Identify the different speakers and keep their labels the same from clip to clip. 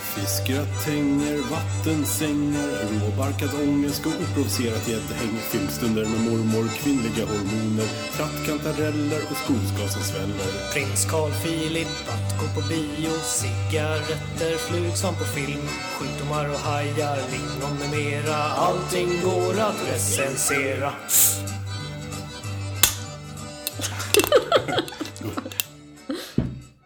Speaker 1: Fiskgröt, tänger, vattensängar, råbarkad ångest och oprovocerat gäddhäng. Filmstunder med mormor, kvinnliga hormoner, trattkantareller och skogsglas som sväller.
Speaker 2: Prins Carl Philip, att gå på bio, cigaretter, flug som på film, sjukdomar och hajar, lingon med mera. Allting går att recensera.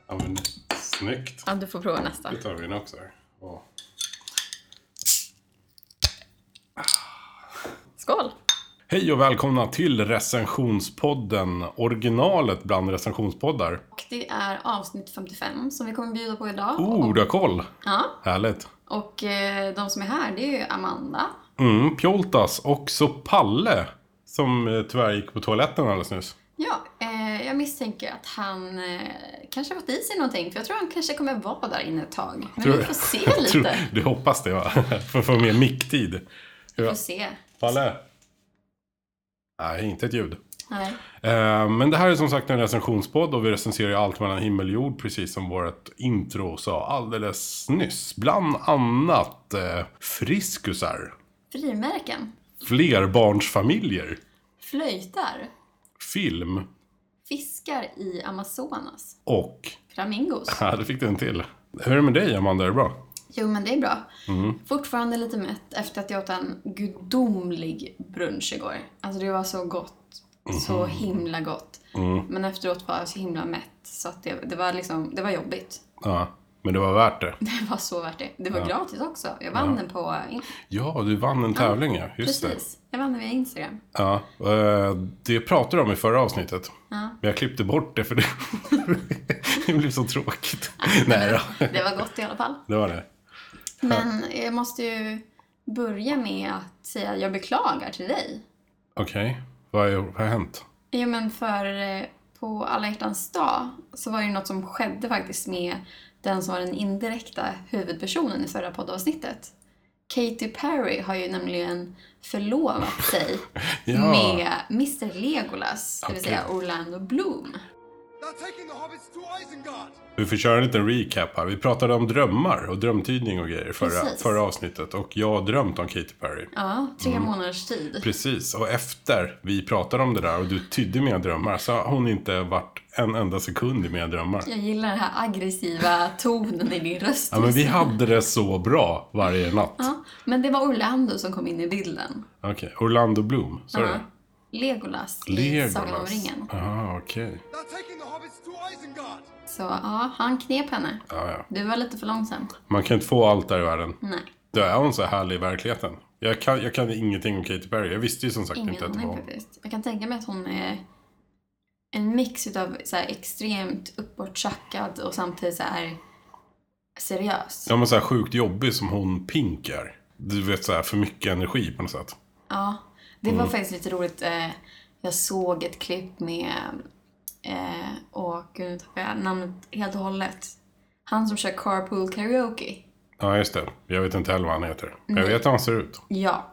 Speaker 1: Ja, men snyggt.
Speaker 3: Ja, du får prova nästa.
Speaker 1: Nu tar vi en också här. Åh.
Speaker 3: Skål!
Speaker 1: Hej och välkomna till recensionspodden. Originalet bland recensionspoddar.
Speaker 3: Och det är avsnitt 55 som vi kommer bjuda på idag.
Speaker 1: Oh, du har koll.
Speaker 3: Ja,
Speaker 1: Härligt.
Speaker 3: och eh, de som är här, det är ju Amanda.
Speaker 1: Mm, Pjoltas och så Palle. Som eh, tyvärr gick på toaletten alldeles nyss.
Speaker 3: Ja, eh, jag misstänker att han eh, kanske har fått i sig någonting, för jag tror han kanske kommer vara där inne ett tag. Men
Speaker 1: Tror-
Speaker 3: vi får se
Speaker 1: Tror-
Speaker 3: lite.
Speaker 1: Du hoppas det va? För att få mer micktid.
Speaker 3: Vi
Speaker 1: Ja.
Speaker 3: får se.
Speaker 1: Palle? Nej, inte ett ljud.
Speaker 3: Nej.
Speaker 1: Eh, Men det här är som sagt en recensionspodd och vi recenserar ju allt mellan himmel och jord precis som vårt intro sa alldeles nyss. Bland annat eh, friskusar,
Speaker 3: Frimärken.
Speaker 1: flerbarnsfamiljer,
Speaker 3: Flöjtar.
Speaker 1: film
Speaker 3: Fiskar i Amazonas.
Speaker 1: och...
Speaker 3: Flamingos.
Speaker 1: Ja, det fick du en till. Hur är det med dig Amanda, är det bra?
Speaker 3: Jo, men det är bra.
Speaker 1: Mm.
Speaker 3: Fortfarande lite mätt efter att jag åt en gudomlig brunch igår. Alltså det var så gott. Så
Speaker 1: Mhm.
Speaker 3: himla gott.
Speaker 1: Mm.
Speaker 3: Men efteråt var jag så himla mätt så att det, det var liksom, det var jobbigt.
Speaker 1: Ja, men det var värt det.
Speaker 3: Det var så värt det. Det var gratis också. Jag vann den på... in-
Speaker 1: Ja, du vann en tävling ja, just det.
Speaker 3: Precis. Jag vann den via Instagram.
Speaker 1: Ja, eh, det pratade de om i förra avsnittet.
Speaker 3: Ja.
Speaker 1: Men jag klippte bort det för det, det blev så tråkigt. Nej då,
Speaker 3: Det var gott i alla fall.
Speaker 1: det var det.
Speaker 3: Men jag måste ju börja med att säga jag beklagar till dig.
Speaker 1: Okej, vad, är- vad har hänt?
Speaker 3: Jo men för eh, på alla hjärtans dag så var det ju något som skedde faktiskt med den som var den indirekta huvudpersonen i förra poddavsnittet. Katy Perry har ju nämligen förlovat sig
Speaker 1: Ja.
Speaker 3: med Mr Legolas, det vill
Speaker 1: Okej.
Speaker 3: säga Orlando Bloom.
Speaker 4: Now taking the hobbits to Isengard!
Speaker 1: Vi får köra en liten recap här. Vi pratade om drömmar och drömtydning och grejer förra,
Speaker 3: Precis.
Speaker 1: förra avsnittet. Och jag har drömt om Katy Perry.
Speaker 3: Ja, tre
Speaker 1: Mm.
Speaker 3: månaders tid.
Speaker 1: Precis, och efter vi pratade om det där och du tydde mina drömmar så har hon inte varit en enda sekund i mina drömmar.
Speaker 3: Jag gillar den här aggressiva tonen i din röst.
Speaker 1: Ja, men vi hade det så bra varje natt.
Speaker 3: Ja, men det var Orlando som kom in i bilden.
Speaker 1: Okej, Orlando Bloom, sa du det?
Speaker 3: Ja. Legolas i Sagan om
Speaker 1: Legolas.
Speaker 3: ringen.
Speaker 1: Ah, okej.
Speaker 4: Now taking the hobbits to Isengard!
Speaker 3: Så ja, han knep henne.
Speaker 1: Ja, ja.
Speaker 3: Du var lite för långsam.
Speaker 1: Man kan inte få allt där i världen.
Speaker 3: Nej,
Speaker 1: Då är hon så härlig i verkligheten. Jag kan, jag kan ingenting om Katy Perry. Jag visste ju som sagt
Speaker 3: ingen
Speaker 1: inte att det var
Speaker 3: aning
Speaker 1: hon.
Speaker 3: faktiskt. Jag kan tänka mig att hon är en mix utav så här extremt uppåtchackad och samtidigt så här seriös. Ja.
Speaker 1: Ja men så här sjukt jobbig som hon Pink är. Du vet så här för mycket energi på något sätt.
Speaker 3: det
Speaker 1: Mm.
Speaker 3: var faktiskt lite roligt. eh, Jag såg ett klipp med, eh, och gud nu tappar jag namnet helt och hållet. Han som kör carpool karaoke.
Speaker 1: Ja just det. Jag vet inte heller vad han heter. Men jag vet hur han ser ut.
Speaker 3: Ja.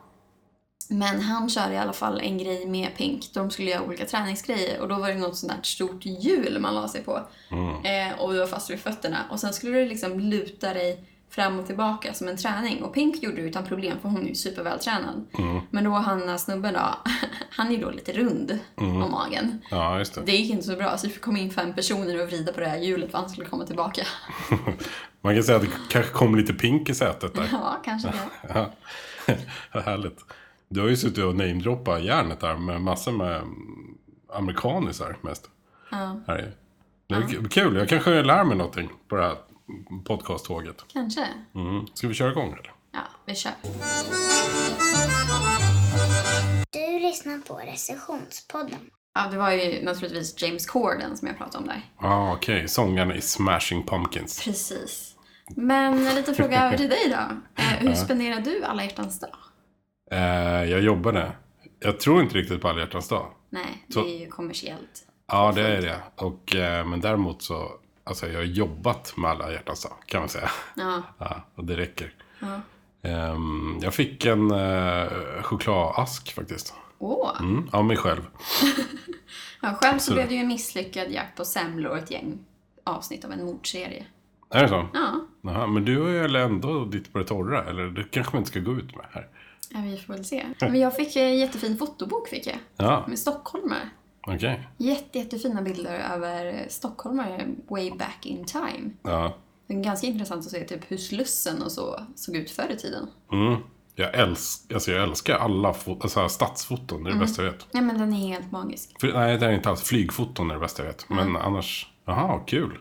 Speaker 3: Men han kör i alla fall en grej med Pink. De skulle göra olika träningsgrejer och då var det något sånt där stort hjul man la sig på. Eh, och du var fast vid fötterna. Och sen skulle du liksom luta dig fram och tillbaka som en träning. Och Pink gjorde det utan problem för hon är ju supervältränad. Men då han den här snubben då, han är ju då lite rund om magen.
Speaker 1: Ja just det.
Speaker 3: Det gick inte så bra så vi fick komma in fem personer och vrida på det här hjulet för han skulle komma tillbaka.
Speaker 1: Man kan säga att det kanske kom lite Pink i sätet där.
Speaker 3: Ja, kanske det.
Speaker 1: Ja. Härligt. Du har ju suttit och namedroppat järnet där med massor med mm, amerikanisar mest.
Speaker 3: Ja,
Speaker 1: Här är. Det är k- kul. Jag kanske lär mig någonting på det här podcasttåget.
Speaker 3: kanske.
Speaker 1: Mm. Ska vi köra igång eller?
Speaker 3: Ja, vi kör.
Speaker 5: Du lyssnar på recensionspodden.
Speaker 3: Ja, det var ju naturligtvis James Corden som jag pratade om där.
Speaker 1: Ja ah, okej. Sångarna i Smashing Pumpkins.
Speaker 3: Precis. Men lite fråga över till dig då. Eh, hur spenderar du alla hjärtans dag?
Speaker 1: Eh, jag jobbade. Jag tror inte riktigt på alla hjärtans dag.
Speaker 3: Nej, det
Speaker 1: Så-
Speaker 3: är ju kommersiellt.
Speaker 1: Ja, det är det. Och, eh, men däremot så, alltså jag har jobbat med alla hjärtans dag, kan man säga.
Speaker 3: Ja,
Speaker 1: Ja, och det räcker.
Speaker 3: Ja.
Speaker 1: Ehm, jag fick en eh, chokladask faktiskt.
Speaker 3: åh.
Speaker 1: Mm, av mig själv.
Speaker 3: Ja, själv så
Speaker 1: Så-
Speaker 3: blev det ju en misslyckad jakt på semlor och ett gäng avsnitt av en mordserie.
Speaker 1: Är det så?
Speaker 3: Ja,
Speaker 1: Jaha, men du är väl ändå ditt på det torra? Eller det kanske man inte ska gå ut med här.
Speaker 3: Ja, vi får väl se. Men jag fick en jättefin fotobok fick jag.
Speaker 1: Ja,
Speaker 3: Med stockholmare.
Speaker 1: okej.
Speaker 3: Jätte, jättefina bilder över stockholmare way back in time.
Speaker 1: Ja.
Speaker 3: Det är ganska intressant att se typ hur Slussen och så såg ut förr i tiden.
Speaker 1: Mm. Jag, älsk, alltså jag älskar alla fo- alltså här stadsfoton, det är
Speaker 3: Mm.
Speaker 1: det bästa jag vet.
Speaker 3: Ja, men den är helt magisk.
Speaker 1: För, nej, det är inte alls. Flygfoton är det bästa jag vet. Men annars, jaha, kul.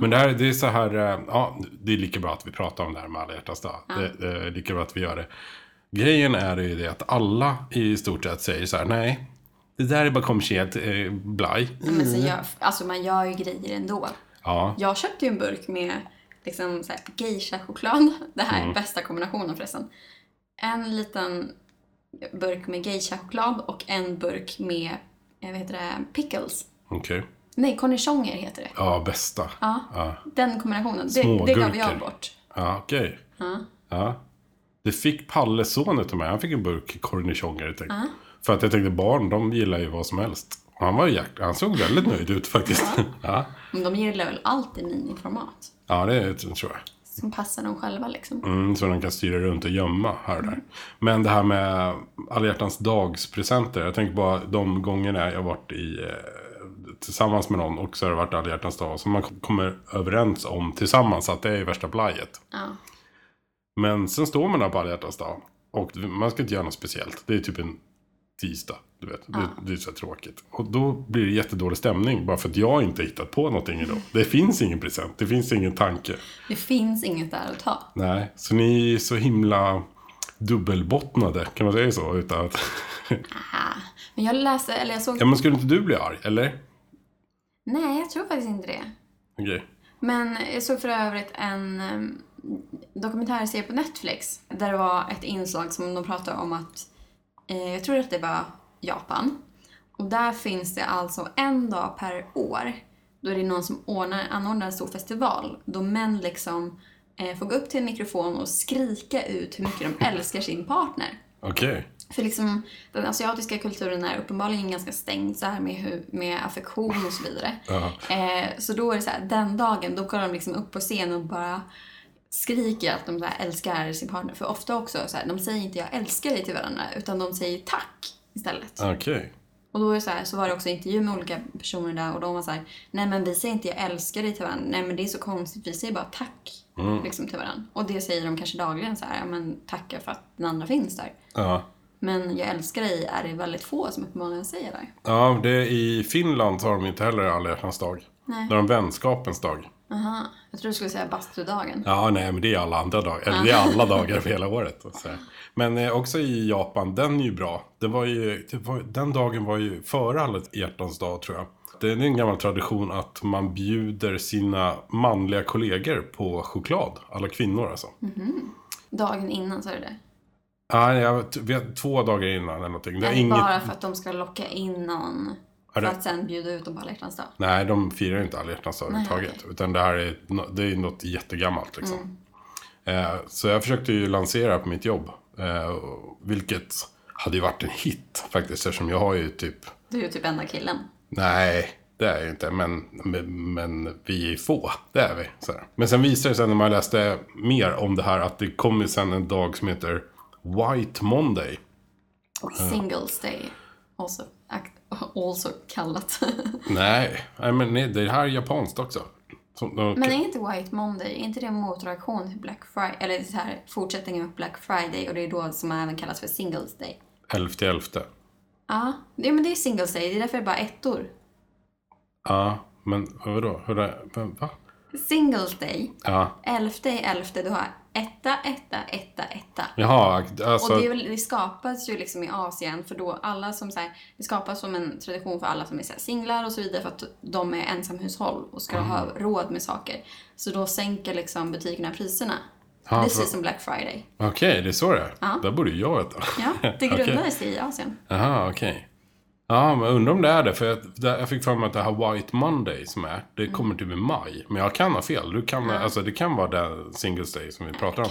Speaker 1: Men det här det är så här, eh, ja, det är lika bra att vi pratar om det här med alla hjärtans dag. Det, det är lika bra att vi gör det. Grejen är ju det att alla i stort sett säger så här, nej, det där är bara kommersiellt eh, blaj.
Speaker 3: Ja, Men sen gör, alltså man gör ju grejer ändå.
Speaker 1: Ja,
Speaker 3: Jag köpte ju en burk med liksom så här geisha-choklad. Det här är bästa kombinationen förresten. En liten burk med geisha-choklad och en burk med, eh, vad heter det, pickles.
Speaker 1: okej.
Speaker 3: Nej, cornichoner heter det.
Speaker 1: Ja, bästa.
Speaker 3: Ja.
Speaker 1: Ja,
Speaker 3: Den kombinationen, det, det
Speaker 1: Smågurkor.
Speaker 3: gav jag bort.
Speaker 1: ja okej. Ja. Det fick Palle son utav mig. Han fick en burk cornichoner. tänkte jag. För att jag tänkte barn, de gillar ju vad som helst. Och Han var ju jäk- han såg väldigt nöjd ut faktiskt. Ja,
Speaker 3: Men de gillar väl allt i miniformat.
Speaker 1: ja det tror jag.
Speaker 3: Som passar dem själva liksom.
Speaker 1: Mm, så de kan styra runt och gömma här och där. Men det här med alla hjärtans dagspresenter. Jag tänker bara de gångerna jag varit i eh, tillsammans med någon och så har det varit alla hjärtans dag. Så man kommer överens om tillsammans att det är värsta blajet.
Speaker 3: Ja.
Speaker 1: Men sen står man där på alla hjärtans dag. Och man ska inte göra något speciellt. Det är typ en tisdag. Du vet. Det, det är så här tråkigt. Och då blir det jättedålig stämning. Bara för att jag inte hittat på någonting idag. Det finns ingen present. Det finns ingen tanke.
Speaker 3: Det finns inget där att ta.
Speaker 1: Nej, så ni är så himla dubbelbottnade. Kan man säga så? Utan att...
Speaker 3: Ah. Men jag läste, eller jag såg...
Speaker 1: ja, men skulle inte du bli arg? Eller?
Speaker 3: Nej, jag tror faktiskt inte det.
Speaker 1: Okej.
Speaker 3: Men jag såg för övrigt en em, dokumentärserie på Netflix där det var ett inslag som de pratade om att, eh, jag tror att det var Japan. Och där finns det alltså en dag per år då är det någon som ordnar, anordnar en stor festival då män liksom eh, får gå upp till en mikrofon och skrika ut hur mycket de älskar sin partner.
Speaker 1: Okej.
Speaker 3: För liksom, den asiatiska kulturen är uppenbarligen ganska stängd så här med, hu- med affektion och så vidare. Eh, så då är det så här, den dagen, då går de liksom upp på scen och bara skriker att de så här älskar sin partner. För ofta också, så här, de säger inte jag älskar dig till varandra, utan de säger tack istället.
Speaker 1: Okej.
Speaker 3: Och då är det så, här, så var det också intervju med olika personer där och de var så här, nej men vi säger inte jag älskar dig till varandra, nej men det är så konstigt, vi säger bara tack liksom, till varandra. Och det säger de kanske dagligen så här, ja men tackar för att den andra finns där.
Speaker 1: Ja.
Speaker 3: Men jag älskar dig är det väldigt få som uppenbarligen säger det.
Speaker 1: ja, det är i Finland har de inte heller alla hjärtans dag.
Speaker 3: Nej.
Speaker 1: Då har de vänskapens dag.
Speaker 3: Aha. Jag tror du skulle säga bastudagen.
Speaker 1: Ja, nej, men det är alla andra dagar. Eller det är alla dagar för hela året. Så. här. Men eh, också i Japan, den är ju bra. Det var ju, det var, den dagen var ju före alla hjärtans dag, tror jag. Det är en gammal tradition att man bjuder sina manliga kollegor på choklad. Alla kvinnor alltså.
Speaker 3: Dagen innan så är det det.
Speaker 1: Nej, jag t- vet, två dagar innan eller någonting. Det är
Speaker 3: Eller
Speaker 1: inget,
Speaker 3: bara för att de ska locka in någon för
Speaker 1: det-
Speaker 3: att sen bjuda ut dem på alla hjärtans dag.
Speaker 1: Nej, de firar ju inte alla hjärtans dag överhuvudtaget.
Speaker 3: okej.
Speaker 1: Utan det här är, nå- det är något jättegammalt liksom.
Speaker 3: Mm.
Speaker 1: Eh, så jag försökte ju lansera på mitt jobb. Eh, vilket hade ju varit en hit faktiskt. Eftersom jag har ju typ,
Speaker 3: Du är ju typ enda killen.
Speaker 1: nej det är jag ju inte. Men, men, men vi är få, det är vi. Så här. Men sen visade det sig när man läste mer om det här att det kom ju sen en dag som heter White Monday.
Speaker 3: Singles day. Also, act- also kallat.
Speaker 1: Nej, nej men nej, det här är japanskt också. Som, de-
Speaker 3: Men är inte White Monday, är inte det en motreaktion till Black Friday? Eller så här, fortsättningen på Black Friday och det är då som även kallas för Singles day.
Speaker 1: Elfte elfte.
Speaker 3: Ja, det- men det är Singles day, det är därför det är bara ettor.
Speaker 1: Ja, men vadå? Hur det, men, va?
Speaker 3: Singles day
Speaker 1: Ja.
Speaker 3: Elfte i elfte, du har etta, etta, etta, etta.
Speaker 1: Jaha,
Speaker 3: Och
Speaker 1: alltså.
Speaker 3: det, är väl, det skapas ju liksom i Asien för då alla som så här, det skapas som en tradition för alla som är så här singlar och så vidare för att de är ensamhushåll och ska ha
Speaker 1: Mm.
Speaker 3: råd med saker. Så då sänker liksom butikerna priserna.
Speaker 1: Ja,
Speaker 3: Precis
Speaker 1: för-
Speaker 3: som Black Friday.
Speaker 1: Okej, det är så det är.
Speaker 3: Ja.
Speaker 1: Där borde ju jag veta.
Speaker 3: Ja, det
Speaker 1: Okej.
Speaker 3: grundades i Asien.
Speaker 1: Jaha, okej. Ja, men undrar om det är det. För jag, det, jag fick för mig att det här White Monday som är, det
Speaker 3: Mm.
Speaker 1: kommer typ i maj. Men jag kan ha fel. Du kan, alltså, det kan vara den Singles Day som vi pratar om.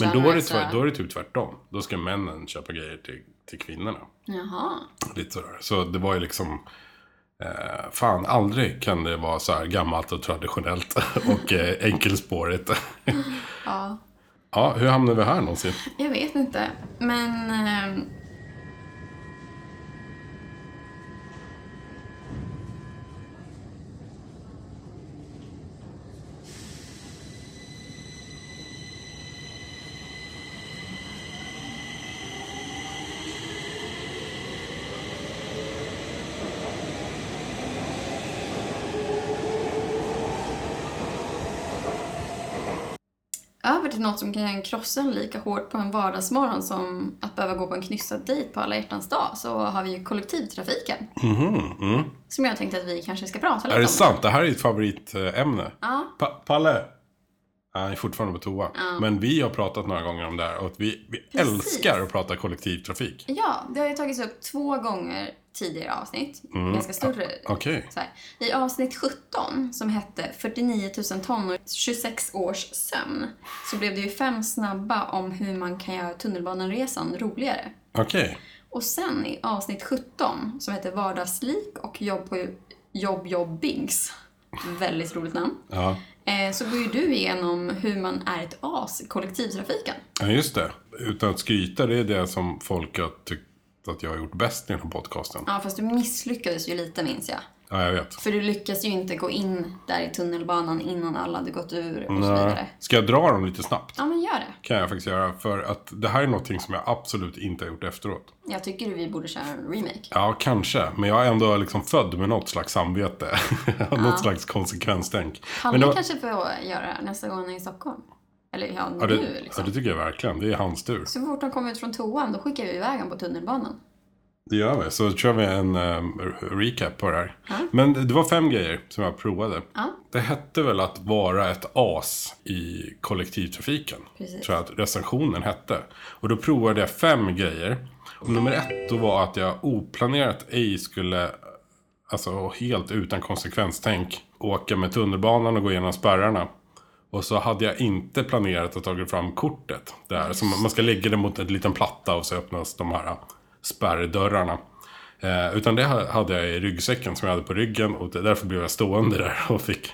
Speaker 1: Men då är, det,
Speaker 3: Kör
Speaker 1: tvär- då är det typ tvärtom. Då ska männen köpa grejer till, till kvinnorna.
Speaker 3: Jaha.
Speaker 1: Lite sådär. Så det var ju liksom Eh, fan, aldrig kan det vara så här gammalt och traditionellt och eh, enkelspårigt.
Speaker 3: Ja,
Speaker 1: ja, hur hamnade vi här någonsin?
Speaker 3: jag vet inte. Men... ehm, över till något som kan krossa en lika hårt på en vardagsmorgon som att behöva gå på en knyssad dejt på alla hjärtans dag så har vi ju kollektivtrafiken. Som jag tänkte att vi kanske ska prata lite
Speaker 1: Mhm, mm. Är det
Speaker 3: om.
Speaker 1: sant? Det här är ditt favoritämne.
Speaker 3: Ja.
Speaker 1: Pa Palle! Han är fortfarande på toa. Men vi har pratat några gånger om det här och att vi, vi
Speaker 3: Precis.
Speaker 1: älskar att prata kollektivtrafik.
Speaker 3: Ja, det har ju tagits upp två gånger tidigare avsnitt. Ganska större.
Speaker 1: Mm. Okej.
Speaker 3: Så här. I avsnitt 17 som hette 49 000 ton och 26 års sömn så blev det ju fem snabba om hur man kan göra tunnelbaneresan roligare.
Speaker 1: Okej.
Speaker 3: Och sen i avsnitt 17 som heter Vardagslik och jobb på jobb jobb binks. Väldigt roligt namn.
Speaker 1: Ja.
Speaker 3: Eh, så går ju du igenom hur man är ett as i kollektivtrafiken.
Speaker 1: ja, just det. Utan att skryta, det är det som folk har tyckt att jag har gjort bäst i den här podcasten.
Speaker 3: Ja, fast du misslyckades ju lite minns jag.
Speaker 1: Ja, jag vet.
Speaker 3: För du lyckas ju inte gå in där i tunnelbanan innan alla hade gått ur och så vidare.
Speaker 1: Nej. Ska jag dra dem lite snabbt?
Speaker 3: Ja, men gör det.
Speaker 1: kan jag faktiskt göra. För att det här är någonting som jag absolut inte har gjort efteråt.
Speaker 3: Jag tycker vi borde köra en remake.
Speaker 1: Ja, kanske. Men jag är ändå liksom född med något slags samvete. något slags konsekvenstänk.
Speaker 3: Palle
Speaker 1: Men det var-
Speaker 3: kanske får göra det här nästa gång han är i Stockholm. Eller ja, nu
Speaker 1: Ja det,
Speaker 3: liksom.
Speaker 1: ja, det tycker jag verkligen. Det är hans tur.
Speaker 3: Så fort han kommer ut från toan, då skickar vi iväg honom på tunnelbanan.
Speaker 1: Det gör vi. Så kör vi en ehm, recap på det här. Men det det var fem grejer som jag provade.
Speaker 3: Ja.
Speaker 1: Det hette väl att vara ett as i kollektivtrafiken.
Speaker 3: Precis.
Speaker 1: Tror jag att recensionen hette. Och då provade jag fem grejer. Och nummer ett då var att jag oplanerat ej skulle, alltså helt utan konsekvenstänk, åka med tunnelbanan och gå igenom spärrarna. Och så hade jag inte planerat att ta fram kortet där. Så man man ska lägga det mot en liten platta och så öppnas de här äh, spärrdörrarna. Eh, utan det ha- hade jag i ryggsäcken som jag hade på ryggen och det- därför blev jag stående där och fick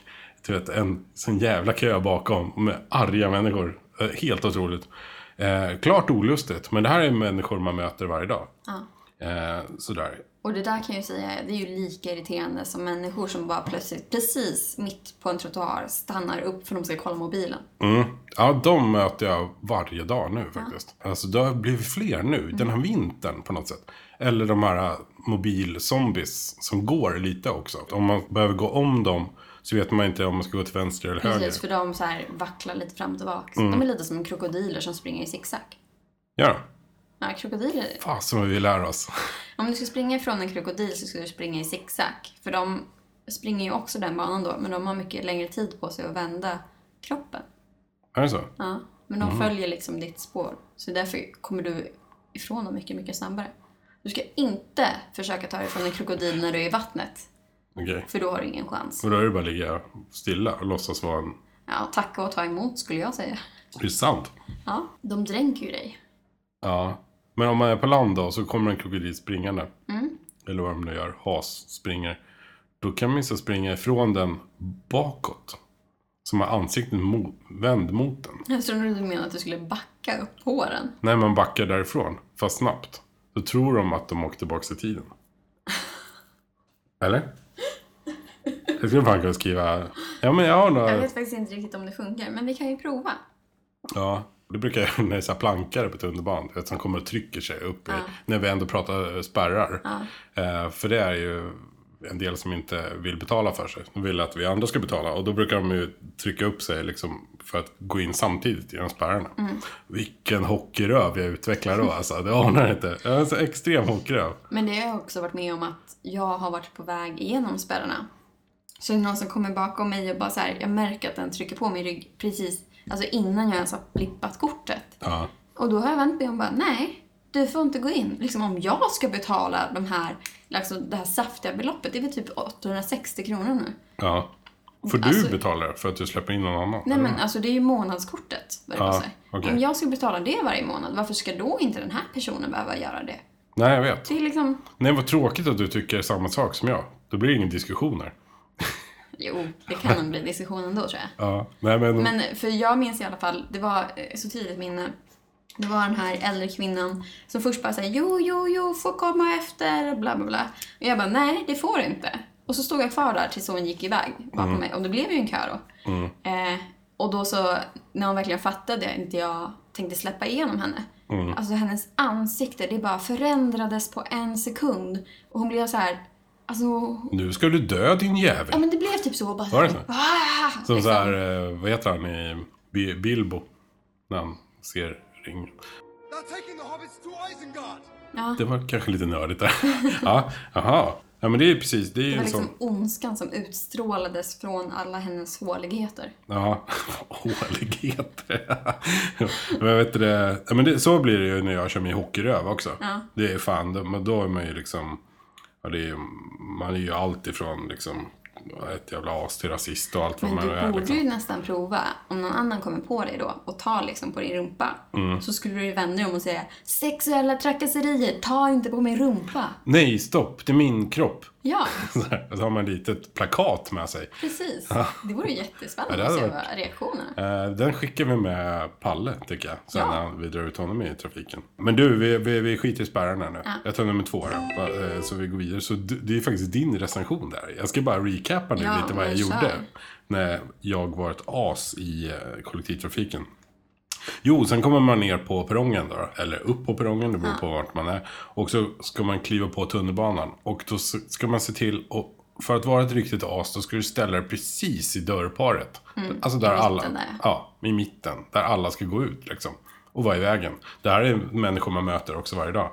Speaker 1: du vet, en sån jävla kö bakom med arga människor. Eh, helt otroligt. Eh, klart olustigt, men det här är människor man möter varje dag. Eh, sådär.
Speaker 3: Och det där kan jag ju säga, det är ju lika irriterande som människor som bara plötsligt, precis mitt på en trottoar, stannar upp för de ska kolla mobilen.
Speaker 1: Mm. Ja, de möter jag varje dag nu faktiskt. Alltså, det har blivit fler nu, den
Speaker 3: Mm.
Speaker 1: här vintern på något sätt. Eller de här äh, mobilzombies som går lite också. Om man behöver gå om dem så vet man inte om man ska gå till vänster eller höger.
Speaker 3: Precis, för de så här vacklar lite fram och tillbaka. De är lite som krokodiler som springer i zigzag.
Speaker 1: Ja,
Speaker 3: Ja, krokodiler
Speaker 1: fasen vad vi lär oss.
Speaker 3: Om du ska springa ifrån en krokodil så ska du springa i zigzag. För de springer ju också den banan då, men de har mycket längre tid på sig att vända kroppen.
Speaker 1: Är det så?
Speaker 3: Ja. Men de följer liksom ditt spår. Så därför kommer du ifrån dem mycket, mycket snabbare. Du ska inte försöka ta dig ifrån en krokodil när du är i vattnet,
Speaker 1: Okej.
Speaker 3: för då har du ingen chans.
Speaker 1: Och då är det bara att ligga stilla och låtsas vara en...
Speaker 3: Ja, tacka och ta emot skulle jag säga.
Speaker 1: Det är sant.
Speaker 3: Ja, de dränker ju dig.
Speaker 1: Ja. Men om man är på land då så kommer en krokodil springande. Eller vad de nu gör. Has springer. Då kan man ju så springa ifrån den bakåt. Som har ansiktet mo- vänd mot den.
Speaker 3: Jag trodde du menade att du skulle backa upp på den.
Speaker 1: När man backar därifrån. Fast snabbt. Då tror de att de åker tillbaka i tiden. Eller? Jag skulle fan kunna skriva... Ja men jag har några...
Speaker 3: Jag vet faktiskt inte riktigt om det funkar, men vi kan ju prova.
Speaker 1: Ja, det brukar jag göra när det är så här plankare på tunnelbanan. du vet, Som kommer och trycker sig upp i, när vi ändå pratar spärrar. Eh, för det är ju en del som inte vill betala för sig. De vill att vi andra ska betala. Och då brukar de ju trycka upp sig liksom för att gå in samtidigt genom spärrarna.
Speaker 3: Mm.
Speaker 1: Vilken hockeyröv jag utvecklar då alltså. Det anar jag inte. Jag är en så extrem hockeyröv.
Speaker 3: Men det har jag också varit med om att jag har varit på väg igenom spärrarna. Så är det någon som kommer bakom mig och bara så här, jag märker att den trycker på min rygg precis, alltså innan jag ens har flippat kortet.
Speaker 1: Ja.
Speaker 3: Och då har jag vänt mig och bara, nej, du får inte gå in. Liksom om jag ska betala de här, liksom det här saftiga beloppet, det är väl typ 860 kronor nu.
Speaker 1: ja. Får du
Speaker 3: Alltså-
Speaker 1: betala för att du släpper in någon annan?
Speaker 3: Nej men alltså det är ju månadskortet, verkar
Speaker 1: Ja,
Speaker 3: det sig.
Speaker 1: okej.
Speaker 3: Om jag ska betala det varje månad, varför ska då inte den här personen behöva göra det?
Speaker 1: Nej, jag vet.
Speaker 3: Det är liksom,
Speaker 1: Nej, vad tråkigt att du tycker samma sak som jag. Då blir det ingen diskussioner.
Speaker 3: Jo, det kan nog bli diskussion ändå tror jag.
Speaker 1: Ja, nej men,
Speaker 3: Men för jag minns i alla fall, det var eh, så tydligt minne. Det var den här äldre kvinnan som först bara säger jo, jo, jo, får komma efter, bla, bla, bla. Och jag bara, nej, det får du inte. Och så stod jag kvar där tills hon gick iväg bakom
Speaker 1: Mm.
Speaker 3: mig. Och det blev ju en kö då. Eh, och då så, när hon verkligen fattade att inte jag tänkte släppa igenom henne.
Speaker 1: Mm.
Speaker 3: Alltså hennes ansikte, det bara förändrades på en sekund. Och hon blev så här, alltså...
Speaker 1: nu ska du dö din jävel.
Speaker 3: Ja men det blev typ så. Bara,
Speaker 1: Var det så?
Speaker 3: Ah,
Speaker 1: Som så
Speaker 3: liksom.
Speaker 1: här, eh, vad heter han i Bi- Bilbo? När han ser ringen.
Speaker 4: They're taking the hobbits to Isengard!
Speaker 1: Det var kanske lite nördigt där. ja, aha. Ja men det är ju precis, det är ju
Speaker 3: Det var
Speaker 1: en sån...
Speaker 3: liksom ondskan som utstrålades från alla hennes håligheter.
Speaker 1: Ja, håligheter. men vet du det, ja, men det, så blir det ju när jag kör min hockeyröv också. Det är fan, då- men då är man ju liksom, ja, det är, man är ju allt ifrån liksom ett jävla as till rasist och allt vad
Speaker 3: Men
Speaker 1: man
Speaker 3: du
Speaker 1: är.
Speaker 3: borde ju
Speaker 1: Liksom.
Speaker 3: nästan prova, om någon annan kommer på dig då och tar liksom på din rumpa,
Speaker 1: Mm.
Speaker 3: så skulle du ju vända dig om och säga “sexuella trakasserier, ta inte på min rumpa”.
Speaker 1: Nej, stopp, det är min kropp.
Speaker 3: Ja,
Speaker 1: Så här, så har man ett litet plakat med sig.
Speaker 3: precis. Det vore ju jättespännande
Speaker 1: Ja,
Speaker 3: att
Speaker 1: det
Speaker 3: se
Speaker 1: hade
Speaker 3: vad reaktionerna
Speaker 1: Eh, Den skickar vi med Palle, tycker jag. Sen
Speaker 3: Ja.
Speaker 1: när vi drar ut honom i trafiken. Men du, vi, vi, vi skiter i spärren här nu. Jag tar nummer två då, va, eh, så vi går vidare. Så du- det är faktiskt din recension där. Jag ska bara recappa nu
Speaker 3: Ja,
Speaker 1: lite vad jag
Speaker 3: men kör.
Speaker 1: gjorde. När jag var ett as i eh, kollektivtrafiken. Jo, sen kommer man ner på perrongen då, eller upp på perrongen, det beror på vart man är. Och så ska man kliva på tunnelbanan. Och då s- ska man se till, och för att vara ett riktigt as, då ska du ställa dig precis i dörrparet. alltså där
Speaker 3: Mm, i mitten
Speaker 1: alla,
Speaker 3: där,
Speaker 1: ja, i mitten, där alla ska gå ut liksom. Och vara i vägen. Det här är människor man möter också varje dag.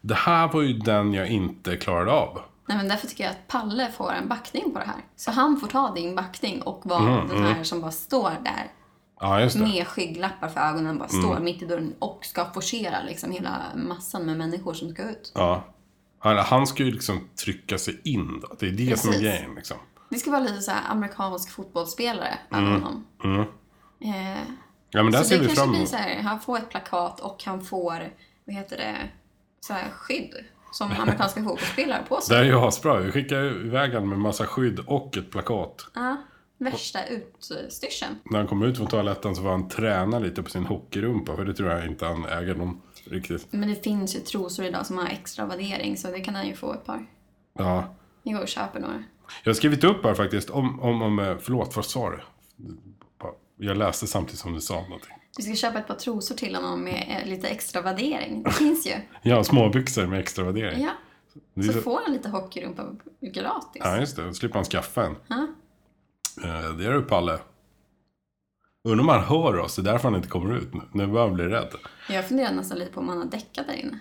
Speaker 1: Det här var ju den jag inte klarade av.
Speaker 3: Nej men därför tycker jag att Palle får en backning på det här. Så han får ta din backning och vara den här som bara står där
Speaker 1: Mm, Ja, Mm. just det.
Speaker 3: med skygglappar för ögonen, bara står mitt i dörren och ska forcera liksom hela massan med människor som ska ut.
Speaker 1: Ja. Han- Han ska ju liksom trycka sig in då. Det är det som är
Speaker 3: Precis.
Speaker 1: grejen liksom.
Speaker 3: Det ska vara lite så här amerikansk fotbollsspelare över
Speaker 1: Mm.
Speaker 3: honom. Eh,
Speaker 1: Ja, men där
Speaker 3: så
Speaker 1: ser
Speaker 3: det
Speaker 1: vi
Speaker 3: kanske
Speaker 1: fram
Speaker 3: blir
Speaker 1: emot.
Speaker 3: så här, han får ett plakat och han får, vad heter det, så här skydd som amerikanska fotbollsspelare har på
Speaker 1: Det
Speaker 3: sig.
Speaker 1: här är ju asbra. Vi skickar iväg han med massa skydd och ett plakat.
Speaker 3: Ja, värsta utstyrseln.
Speaker 1: När han kom ut från toaletten så var han träna lite på sin hockeyrumpa. För det tror jag inte han äger någon riktigt.
Speaker 3: Men det finns ju trosor idag som har extra värdering så det kan han ju få ett par.
Speaker 1: Ja.
Speaker 3: Jag går och köper några.
Speaker 1: Jag har skrivit upp här faktiskt. Om, om, om, eh, förlåt, vad sa du? Jag läste samtidigt som du sa någonting.
Speaker 3: Du ska köpa ett par trosor till honom med eh, lite extra värdering. Det finns ju.
Speaker 1: Ja, småbyxor med extra värdering.
Speaker 3: Ja.
Speaker 1: Det är
Speaker 3: Så
Speaker 1: så-
Speaker 3: får han lite hockeyrumpa gratis.
Speaker 1: Ja, just det. Då slipper han skaffa en.
Speaker 3: Ja.
Speaker 1: Eh, Det är du, Palle. Undrar om han hör oss. Det är därför han inte kommer ut nu. Nu börjar han bli rädd.
Speaker 3: Jag funderar nästan lite på om han har däckat där inne.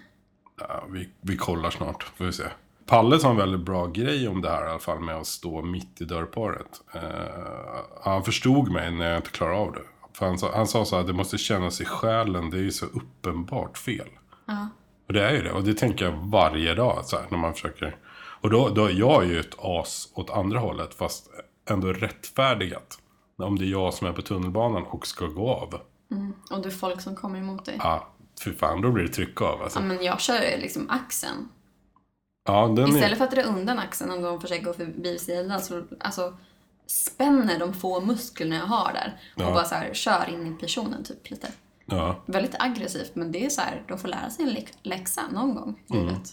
Speaker 1: Ja, vi, vi kollar snart, får vi se. Palle sa en väldigt bra grej om det här i alla fall med att stå mitt i dörrparet. Eh, han förstod mig när jag inte klarade av det. För han, sa, han sa så här, det måste kännas i själen, det är ju så uppenbart fel. Och det är ju det, och det tänker jag varje dag så här, när man försöker. Och då, då är jag ju ett as åt andra hållet, fast ändå rättfärdigat. Om det är jag som är på tunnelbanan och ska gå av.
Speaker 3: Och det är folk som kommer emot dig.
Speaker 1: Ja, fy fan, då blir det tryck av alltså.
Speaker 3: Ja, men jag kör ju liksom axeln.
Speaker 1: Ja, den är...
Speaker 3: Istället för att dra undan axeln om de försöker gå förbi sidan så alltså, spänner de få musklerna jag har där. Och
Speaker 1: Ja.
Speaker 3: bara så här, kör in i personen typ lite.
Speaker 1: ja.
Speaker 3: Väldigt aggressivt men det är så här, de får lära sig en lek- läxa någon gång
Speaker 1: Mm.
Speaker 3: i livet.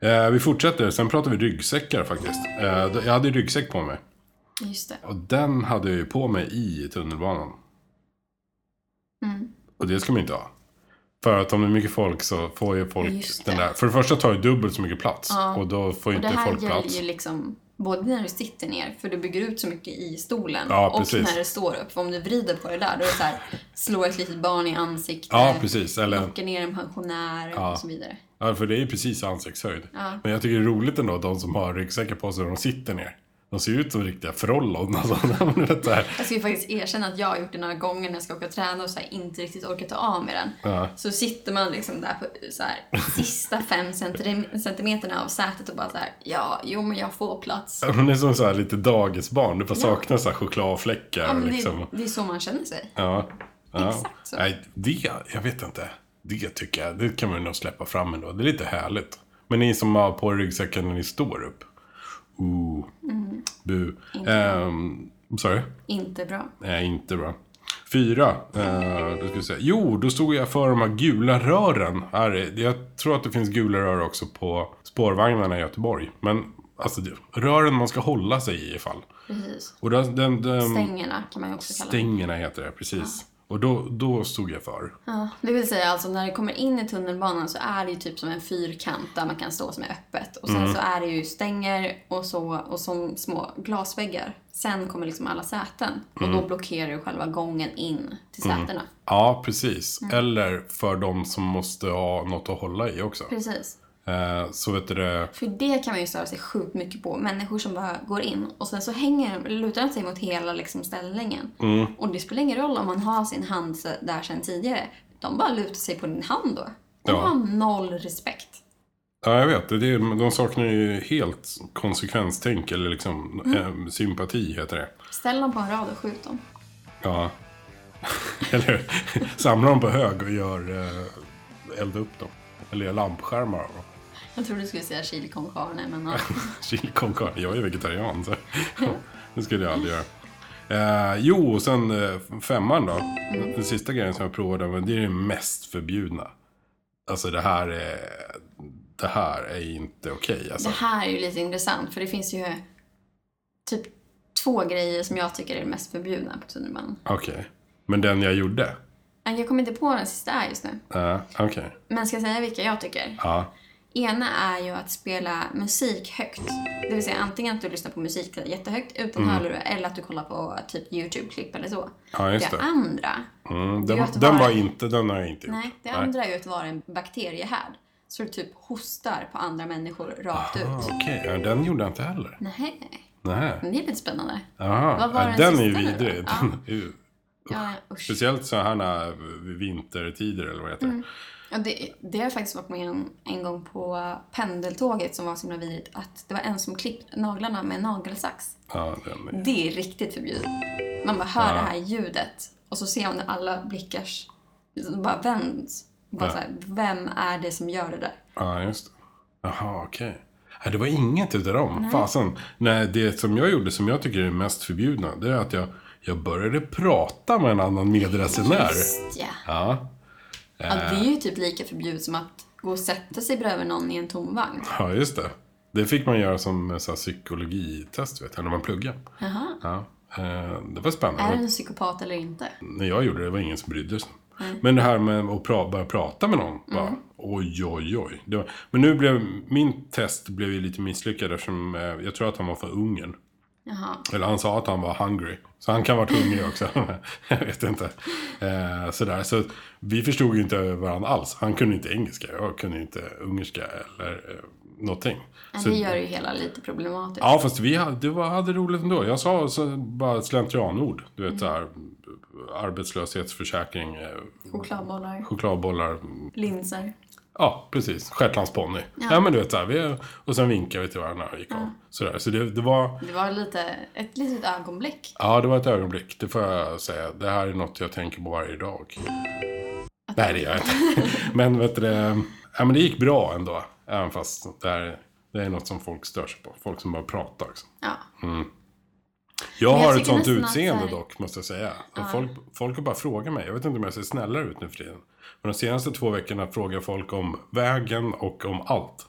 Speaker 1: Eh, vi fortsätter, sen pratar vi ryggsäckar faktiskt. Eh, d- jag hade ju ryggsäck på mig.
Speaker 3: Just det.
Speaker 1: Och den hade jag ju på mig i tunnelbanan.
Speaker 3: Mm.
Speaker 1: Och det ska man inte ha. För att om det är mycket folk så får ju folk
Speaker 3: Just
Speaker 1: den
Speaker 3: det.
Speaker 1: där. För det första tar ju dubbelt så mycket plats. Och då får
Speaker 3: Och det
Speaker 1: inte
Speaker 3: här
Speaker 1: folk
Speaker 3: gäller
Speaker 1: plats.
Speaker 3: ju liksom både när du sitter ner, för du bygger ut så mycket i stolen,
Speaker 1: Ja,
Speaker 3: och
Speaker 1: precis.
Speaker 3: när du står upp. För om du vrider på det där, då är det så här, slår ett litet barn i ansiktet,
Speaker 1: Ja, precis. Eller,
Speaker 3: knockar ner en pensionär och så vidare.
Speaker 1: ja, för det är ju precis ansiktshöjd. Men jag tycker det är roligt ändå, de som har ryggsäckar på sig när de sitter ner. De ser ju ut som riktiga frollon. Alltså, du vet, så här.
Speaker 3: Jag ska ju faktiskt erkänna att jag har gjort det några gånger när jag ska åka och träna och så här, inte riktigt orkar ta av mig den. Så sitter man liksom där på så här, sista fem centrim- centimeterna av sätet och bara så här, ja, jo men jag får plats.
Speaker 1: Hon är som så här lite dagisbarn. Du bara saknar så här chokladfläckar.
Speaker 3: Ja, men det,
Speaker 1: liksom.
Speaker 3: det är så man känner sig.
Speaker 1: Ja. ja.
Speaker 3: Exakt så.
Speaker 1: Nej, det, jag vet inte. Det tycker jag, det kan man nog släppa fram ändå. Det är lite härligt. Men ni som har på er ryggsäcken när ni står upp. Ooh. Bu.
Speaker 3: Mm. Inte
Speaker 1: Ehm, sorry?
Speaker 3: Inte bra.
Speaker 1: Nej, inte bra. Fyra. Eh, då ska vi se. Jo, då stod jag för de här gula rören. Här, är- jag tror att det finns gula rör också på spårvagnarna i Göteborg. Men alltså, det- rören man ska hålla sig i i fall.
Speaker 3: Precis.
Speaker 1: Och den, den, den,
Speaker 3: Stängerna kan man ju också kalla det.
Speaker 1: stängerna heter det, precis. Och då, då stod jag för.
Speaker 3: Ja, det vill säga alltså när det kommer in i tunnelbanan så är det ju typ som en fyrkant där man kan stå som är öppet. Och sen så är det ju stänger och, så, och som små glasväggar. Sen kommer liksom alla säten. Och då blockerar du själva gången in till sätena.
Speaker 1: Ja, precis. Eller för de som måste ha något att hålla i också.
Speaker 3: Precis.
Speaker 1: Eh, så vet du det.
Speaker 3: För det kan man ju störa sig sjukt mycket på. Människor som bara går in och sen så hänger, de- lutar de sig mot hela liksom ställningen. Och det spelar ingen roll om man har sin hand så- där sen tidigare. De bara lutar sig på din hand då. De
Speaker 1: Ja.
Speaker 3: har noll respekt.
Speaker 1: Ja, jag vet. Det är, de saknar ju helt konsekvenstänk eller liksom eh, sympati heter det.
Speaker 3: Ställ dem på en rad och skjut dem.
Speaker 1: Ja. Eller hur? Samla dem på hög och gör... Eh, elda upp dem. Eller gör lampskärmar av dem.
Speaker 3: Jag trodde du skulle säga chili con carne, men ja.
Speaker 1: Chili con carne. Jag är vegetarian så det skulle jag aldrig göra. Eh, jo, och sen eh, femman då. Den sista grejen som jag provade, men det är det mest förbjudna. Alltså det här är... Det här är inte okej
Speaker 3: Det
Speaker 1: alltså.
Speaker 3: här är ju lite intressant, för det finns ju typ två grejer som jag tycker är det mest förbjudna på tunnelbanan.
Speaker 1: Okej. Men den jag gjorde?
Speaker 3: Jag kommer inte på den sista här just nu,
Speaker 1: Uh, Okej.
Speaker 3: men ska jag säga vilka jag tycker?
Speaker 1: Ja.
Speaker 3: Ena är ju att spela musik högt. Det vill säga antingen att du lyssnar på musik jättehögt utan hörlurar eller att du kollar på typ YouTube-klipp eller så.
Speaker 1: Mm. Ja, just det.
Speaker 3: andra,
Speaker 1: Mm,
Speaker 3: Det är
Speaker 1: den,
Speaker 3: att
Speaker 1: den
Speaker 3: vara-
Speaker 1: var inte... Den har jag inte gjort.
Speaker 3: nej, det andra är ju att vara en bakteriehärd. Så du typ hostar på andra människor rakt
Speaker 1: Ah,
Speaker 3: ut.
Speaker 1: Okej, ja, den gjorde jag inte heller.
Speaker 3: Nej,
Speaker 1: Nej.
Speaker 3: men det är lite spännande.
Speaker 1: Aha.
Speaker 3: Vad var
Speaker 1: ja,
Speaker 3: den
Speaker 1: den är ju
Speaker 3: sista nu då?
Speaker 1: vidrig.
Speaker 3: Ja.
Speaker 1: Den är ju-
Speaker 3: Ja, usch.
Speaker 1: Speciellt så här vintertider eller vad heter
Speaker 3: Mm.
Speaker 1: det?
Speaker 3: Ja, det, det har jag faktiskt varit med om en gång på pendeltåget som var så himla vidrigt. Att det var en som klippte naglarna med en nagelsax.
Speaker 1: Ja, den är...
Speaker 3: Det är riktigt förbjudet. Man bara hör det här ljudet och så ser man alla blickars bara vänds. Bara
Speaker 1: Ja.
Speaker 3: så här, vem är det som gör det där?
Speaker 1: ja just det. Jaha, okej. Nej, det var inget utav dem. Fasen. Nej, det som jag gjorde som jag tycker är det mest förbjudna. Det är att jag, jag började prata med en annan medresenär.
Speaker 3: Just ja.
Speaker 1: Ja.
Speaker 3: ja. Det är ju typ lika förbjudet som att gå och sätta sig bredvid någon i en tom vagn.
Speaker 1: ja, just det. Det fick man göra som så här, psykologitest, vet jag, när man pluggade.
Speaker 3: Jaha.
Speaker 1: Ja. Eh, Det var spännande.
Speaker 3: Är du en psykopat eller inte?
Speaker 1: när jag gjorde det, det var ingen som brydde sig. Men det här med att pra- börja prata med någon. Bara,
Speaker 3: Mm.
Speaker 1: oj, oj, oj. Det var, men nu blev min test blev ju lite misslyckad eftersom eh, jag tror att han var från Ungern.
Speaker 3: Jaha.
Speaker 1: Eller han sa att han var hungry. Så han kan ha varit hungrig också. jag vet inte. Eh, sådär. Så vi förstod ju inte varandra alls. Han kunde inte engelska. Jag kunde inte ungerska eller eh, någonting.
Speaker 3: Ja,
Speaker 1: Så-
Speaker 3: Det gör ju hela lite problematiskt.
Speaker 1: Ja, fast vi hade, det var, hade roligt ändå. Jag sa så, bara slentrianord. Du vet, så här, arbetslöshetsförsäkring, eh,
Speaker 3: Chokladbollar,
Speaker 1: chokladbollar. mm,
Speaker 3: linser.
Speaker 1: Ja, precis. Shetlandsponny. Ja. men du vet så här, vi, och sen vinkade vi till varandra och gick av. Sådär. Så det, det var...
Speaker 3: Det var lite, ett litet ögonblick
Speaker 1: Ja, det var ett ögonblick. Det får jag säga. Det här är något jag tänker på varje dag. Nej, det gör jag inte. men vet du, det- ja, men det gick bra ändå. Även fast det, här, det är något som folk stör sig på. Folk som bara pratar. Liksom.
Speaker 3: Ja.
Speaker 1: Jag
Speaker 3: Men jag
Speaker 1: har ett
Speaker 3: tycker
Speaker 1: sånt
Speaker 3: nästan att
Speaker 1: utseende
Speaker 3: så här-
Speaker 1: dock, måste jag säga. Och Folk, folk har bara frågat mig. Jag vet inte om jag ser snällare ut nu för tiden. Men de senaste två veckorna frågar folk om vägen och om allt.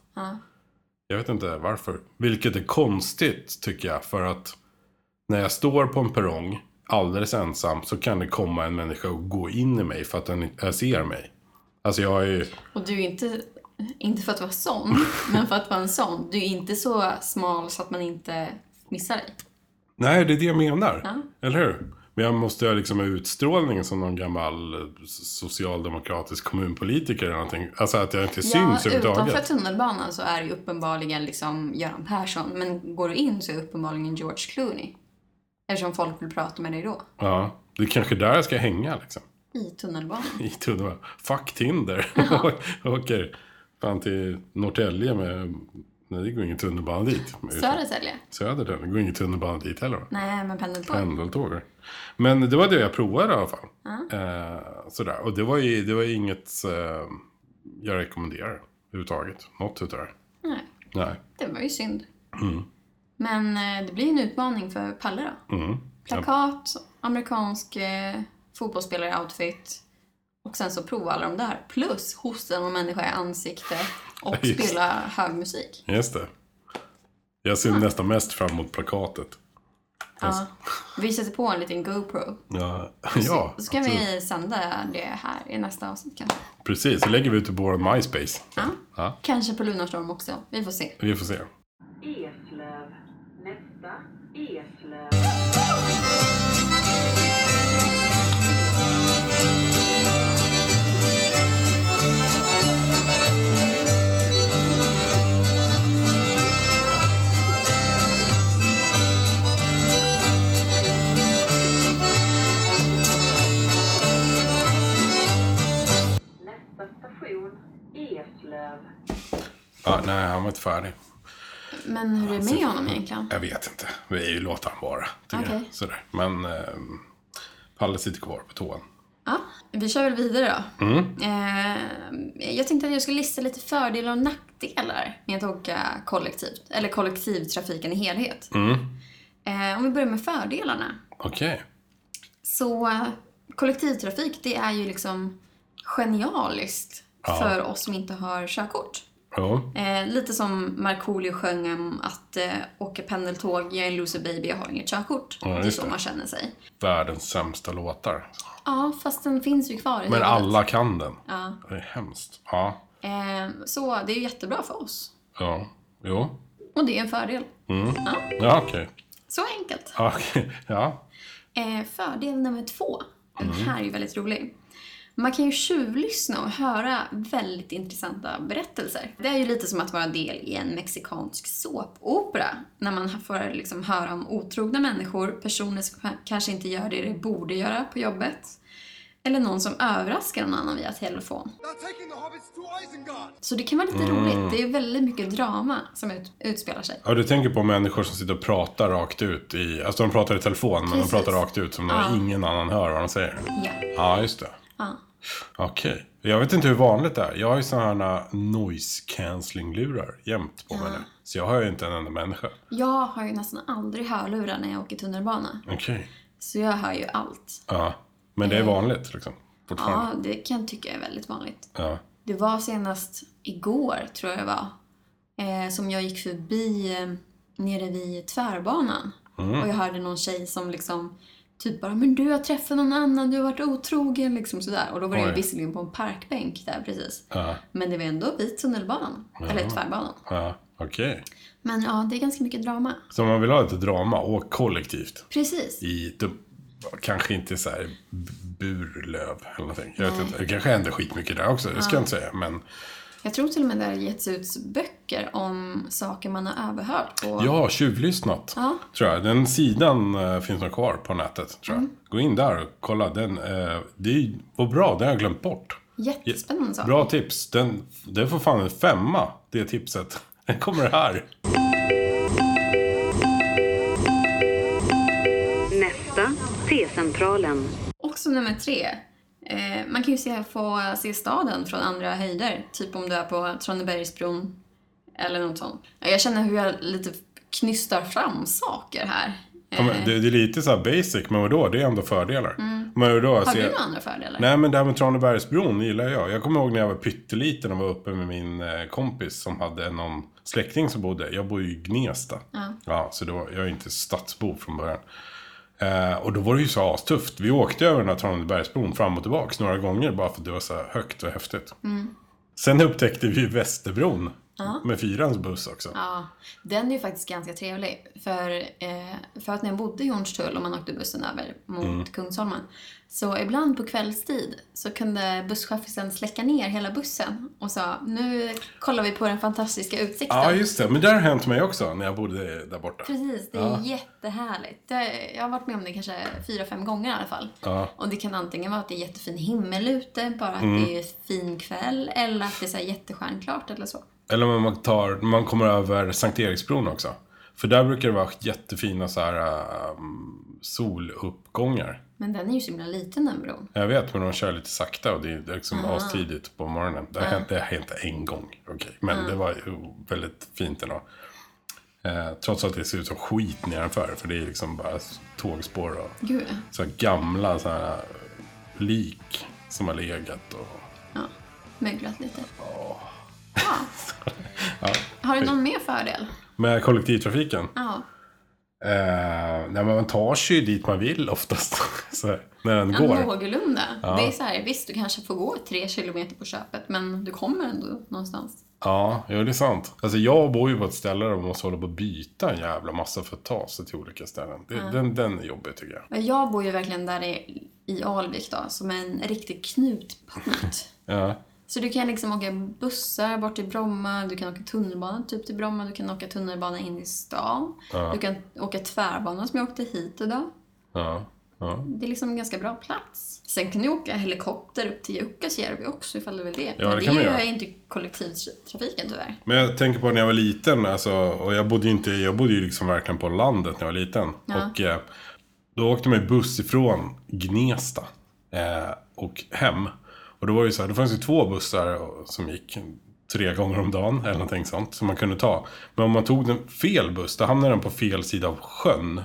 Speaker 1: Jag vet inte varför. Vilket är konstigt, tycker jag. För att när jag står på en perrong, alldeles ensam, så kan det komma en människa och gå in i mig för att den jag ser mig. Alltså jag är ju...
Speaker 3: Och du är inte, inte för att vara sån, men för att vara en sån. Du är inte så smal så att man inte missar dig.
Speaker 1: Nej, det är det jag menar. Eller hur? Men jag måste ha liksom ha utstrålning som någon gammal eh, socialdemokratisk kommunpolitiker eller någonting. Alltså att jag inte syns
Speaker 3: ja, utanför
Speaker 1: överhuvudtaget.
Speaker 3: tunnelbanan så är det ju uppenbarligen liksom Göran Persson, men går du in så är det uppenbarligen George Clooney. Eftersom folk vill prata med dig då.
Speaker 1: Ja, det är kanske där jag ska hänga liksom.
Speaker 3: I tunnelbanan.
Speaker 1: I tunnelbanan. Fuck Tinder. Jag Åker fan till Norrtälje med... Nej, det går ingen tunnelbana dit.
Speaker 3: Södertälje?
Speaker 1: Södertälje. Det går ingen tunnelbana dit heller va?
Speaker 3: Nej, men pendeltåg.
Speaker 1: Pendeltåg. Men det var det jag provade i alla fall. Eh, sådär. Och det var ju det var ju inget eh, jag rekommenderar överhuvudtaget. Något utav det.
Speaker 3: Nej,
Speaker 1: Nej.
Speaker 3: det var ju synd. Men eh, det blir ju en utmaning för Palle då.
Speaker 1: Mm.
Speaker 3: Plakat, amerikansk eh, fotbollsspelare-outfit och sen så prova alla de där. Plus hosta någon människa i ansiktet och
Speaker 1: Just.
Speaker 3: spela hög musik.
Speaker 1: Just det. Jag ser nästan mest fram emot plakatet. Alltså.
Speaker 3: Ja. Vi sätter på en liten GoPro.
Speaker 1: Ja, ja
Speaker 3: Så kan
Speaker 1: absolut.
Speaker 3: vi sända det här i nästa avsnitt kanske.
Speaker 1: precis. Så lägger vi ut det på vår MySpace.
Speaker 3: Ja.
Speaker 1: Ja.
Speaker 3: Kanske på Lunarstorm också. Vi får se.
Speaker 1: Vi får se.
Speaker 6: Eslöv. Nästa Eslöv. Nästa station Eslöv.
Speaker 1: Ja, nej, han var inte färdig.
Speaker 3: Men hur är det med honom egentligen?
Speaker 1: Jag vet inte. Vi är ju låter han vara. tycker
Speaker 3: Okej.
Speaker 1: jag. Sådär. Men ehm, Palle sitter kvar på toan.
Speaker 3: Ja, vi kör väl vidare då.
Speaker 1: Mm.
Speaker 3: Eh, jag tänkte att jag skulle lista lite fördelar och nackdelar med att åka kollektivt. Eller kollektivtrafiken i helhet.
Speaker 1: Mm.
Speaker 3: Eh, om vi börjar med fördelarna.
Speaker 1: Okej.
Speaker 3: Så eh, kollektivtrafik, det är ju liksom genialiskt för oss som inte har körkort.
Speaker 1: Ja.
Speaker 3: Eh, lite som Markoolio sjöng om att eh, åka pendeltåg, jag är en loser baby, jag har inget körkort.
Speaker 1: Ja,
Speaker 3: det är
Speaker 1: just
Speaker 3: så
Speaker 1: det.
Speaker 3: man känner sig.
Speaker 1: Världens sämsta låtar.
Speaker 3: Ja, fast den finns ju kvar i
Speaker 1: Men
Speaker 3: huvudet.
Speaker 1: alla kan den.
Speaker 3: Ja.
Speaker 1: Det är hemskt. Ja.
Speaker 3: Eh, så det är ju jättebra för oss.
Speaker 1: Ja. Jo.
Speaker 3: Och det är en fördel.
Speaker 1: Ja, okej.
Speaker 3: Så enkelt.
Speaker 1: Ja, okej. Ja.
Speaker 3: Eh, fördel nummer två. Den här är ju väldigt rolig. Man kan ju tjuvlyssna och höra väldigt intressanta berättelser. Det är ju lite som att vara del i en mexikansk såpopera. När man får liksom höra om otrogna människor, personer som kanske inte gör det de borde göra på jobbet. Eller någon som överraskar någon annan via telefon.
Speaker 4: They're taking the hobbits to Isengard!
Speaker 3: Så det kan vara lite roligt. Det är väldigt mycket drama som ut, utspelar sig.
Speaker 1: Ja, du tänker på människor som sitter och pratar rakt ut i... Alltså de pratar i telefon, men de
Speaker 3: Precis.
Speaker 1: pratar rakt ut som när ingen annan hör vad de säger.
Speaker 3: Ja.
Speaker 1: Ja, just det.
Speaker 3: Ja.
Speaker 1: Okej. Jag vet inte hur vanligt det är. Jag har ju sådana här noise cancelling-lurar jämt på mig nu. Så jag hör ju inte en enda människa.
Speaker 3: Jag har ju nästan aldrig hörlurar när jag åker tunnelbana.
Speaker 1: Okej.
Speaker 3: Så jag hör ju allt.
Speaker 1: Ja. Men det är vanligt liksom. Fortfarande.
Speaker 3: Ja, det kan jag tycka är väldigt vanligt.
Speaker 1: Ja.
Speaker 3: Det var senast igår, tror jag det var, eh, som jag gick förbi eh, nere vid tvärbanan.
Speaker 1: Mm.
Speaker 3: Och jag hörde någon tjej som liksom typ bara “men du har träffat någon annan, du har varit otrogen” liksom sådär. Och då var det
Speaker 1: Oj.
Speaker 3: ju visserligen på en parkbänk där precis.
Speaker 1: Ja.
Speaker 3: Men det var ändå vid tunnelbanan, eller tvärbanan.
Speaker 1: Ja. Okej.
Speaker 3: Men ja, det är ganska mycket drama.
Speaker 1: Så om man vill ha lite drama, åk kollektivt.
Speaker 3: Precis.
Speaker 1: i, de, kanske inte så här b- burlöv eller någonting. Jag vet inte, det kanske händer skitmycket där också, det ska jag inte säga. Men
Speaker 3: Jag tror till och med det har getts ut böcker om saker man har överhört på
Speaker 1: jag har tjuvlyssnat,
Speaker 3: Ja.
Speaker 1: tror jag. Den sidan eh, finns nog kvar på nätet, tror jag.
Speaker 3: Mm.
Speaker 1: Gå in där och kolla. Den, eh, det är- var bra, det har jag glömt bort.
Speaker 3: jättespännande saker.
Speaker 1: Bra tips. Den, den får fan en femma, det tipset. Den kommer här.
Speaker 3: Eh.
Speaker 6: Nästa T-centralen.
Speaker 3: Också nummer tre. Eh, man kan ju se, få se staden från andra höjder. Typ om du är på Tranebergsbron eller något sånt. Jag känner hur jag lite knystar fram saker här.
Speaker 1: Ja,
Speaker 3: Eh,
Speaker 1: men Det, det är lite så här basic, men vadå? Det är ändå fördelar. Men vadå,
Speaker 3: Mm. har
Speaker 1: se-
Speaker 3: du några andra fördelar?
Speaker 1: Nej men det här med Tranebergsbron gillar jag. Jag kommer ihåg när jag var pytteliten och var uppe med min eh, kompis som hade någon släkting som bodde. Jag bor ju i Gnesta. Ja. så då, jag är ju inte stadsbo från början. Eh, och då var det ju så astufft. Vi åkte över den här Tranebergsbron fram och tillbaks några gånger bara för att det var så här högt och häftigt. Sen upptäckte vi ju Västerbron. Med fyrans buss också.
Speaker 3: Ja, den är ju faktiskt ganska trevlig. För, eh, för att när jag bodde i Hornstull och man åkte bussen över mot
Speaker 1: Mm.
Speaker 3: Kungsholmen. Så ibland på kvällstid så kunde busschauffören släcka ner hela bussen och sa nu kollar vi på den fantastiska utsikten.
Speaker 1: Ja, just det. Men det har hänt mig också när jag bodde där borta.
Speaker 3: Precis, det är jättehärligt. Det, jag har varit med om det kanske fyra, fem gånger i alla fall.
Speaker 1: Ja. Mm.
Speaker 3: Och det kan antingen vara att det är jättefin himmel ute, bara att det är fin kväll, eller att det är så här jättestjärnklart eller så.
Speaker 1: Eller om man, tar, man kommer över Sankt Eriksbron också. För där brukar det vara jättefina så här, ehm, soluppgångar.
Speaker 3: Men den är ju så himla liten den bron.
Speaker 1: Jag vet, men de kör lite sakta och det är liksom astidigt på morgonen. Det har hänt, det har hänt en gång, okej. Men det var ju väldigt fint ändå. Eh, trots att det ser ut som skit nedanför. För det är liksom bara s- tågspår och
Speaker 3: Gud ja.
Speaker 1: så här gamla så här, eh, lik som har legat. Och,
Speaker 3: ja. Möglat lite. Ja. Har du någon mer fördel?
Speaker 1: med kollektivtrafiken.
Speaker 3: Ja.
Speaker 1: Eh, nej, men man tar sig ju dit man vill oftast. så här, när den
Speaker 3: Ja,
Speaker 1: går.
Speaker 3: någorlunda. Det är så här, visst du kanske får gå tre kilometer på köpet men du kommer ändå någonstans.
Speaker 1: Ja, ja, det är sant. Alltså jag bor ju på ett ställe där man måste hålla på och byta en jävla massa för att ta sig till olika ställen. Det, den, den är jobbig tycker jag.
Speaker 3: Men Jag bor ju verkligen där i, i Alvik då, som en riktig knutpunkt.
Speaker 1: Ja,
Speaker 3: Så du kan liksom åka bussar bort till Bromma, du kan åka tunnelbana typ till Bromma, du kan åka tunnelbana in i stan. Du kan åka tvärbana som jag åkte hit idag.
Speaker 1: ja, ja.
Speaker 3: Det är liksom en ganska bra plats. Sen kan du åka helikopter upp till Jukkasjärvi också ifall du vill det.
Speaker 1: Ja,
Speaker 3: Men
Speaker 1: det kan man
Speaker 3: gör
Speaker 1: göra.
Speaker 3: ju inte kollektivtrafiken tyvärr.
Speaker 1: Men jag tänker på när jag var liten, alltså, och jag bodde ju inte, jag bodde ju liksom verkligen på landet när jag var liten. Och eh, då åkte man ju buss ifrån Gnesta eh, och hem. Och då var det ju så här, det fanns ju två bussar och- som gick tre gånger om dagen eller någonting sånt som man kunde ta. Men om man tog den fel buss, då hamnade den på fel sida av sjön.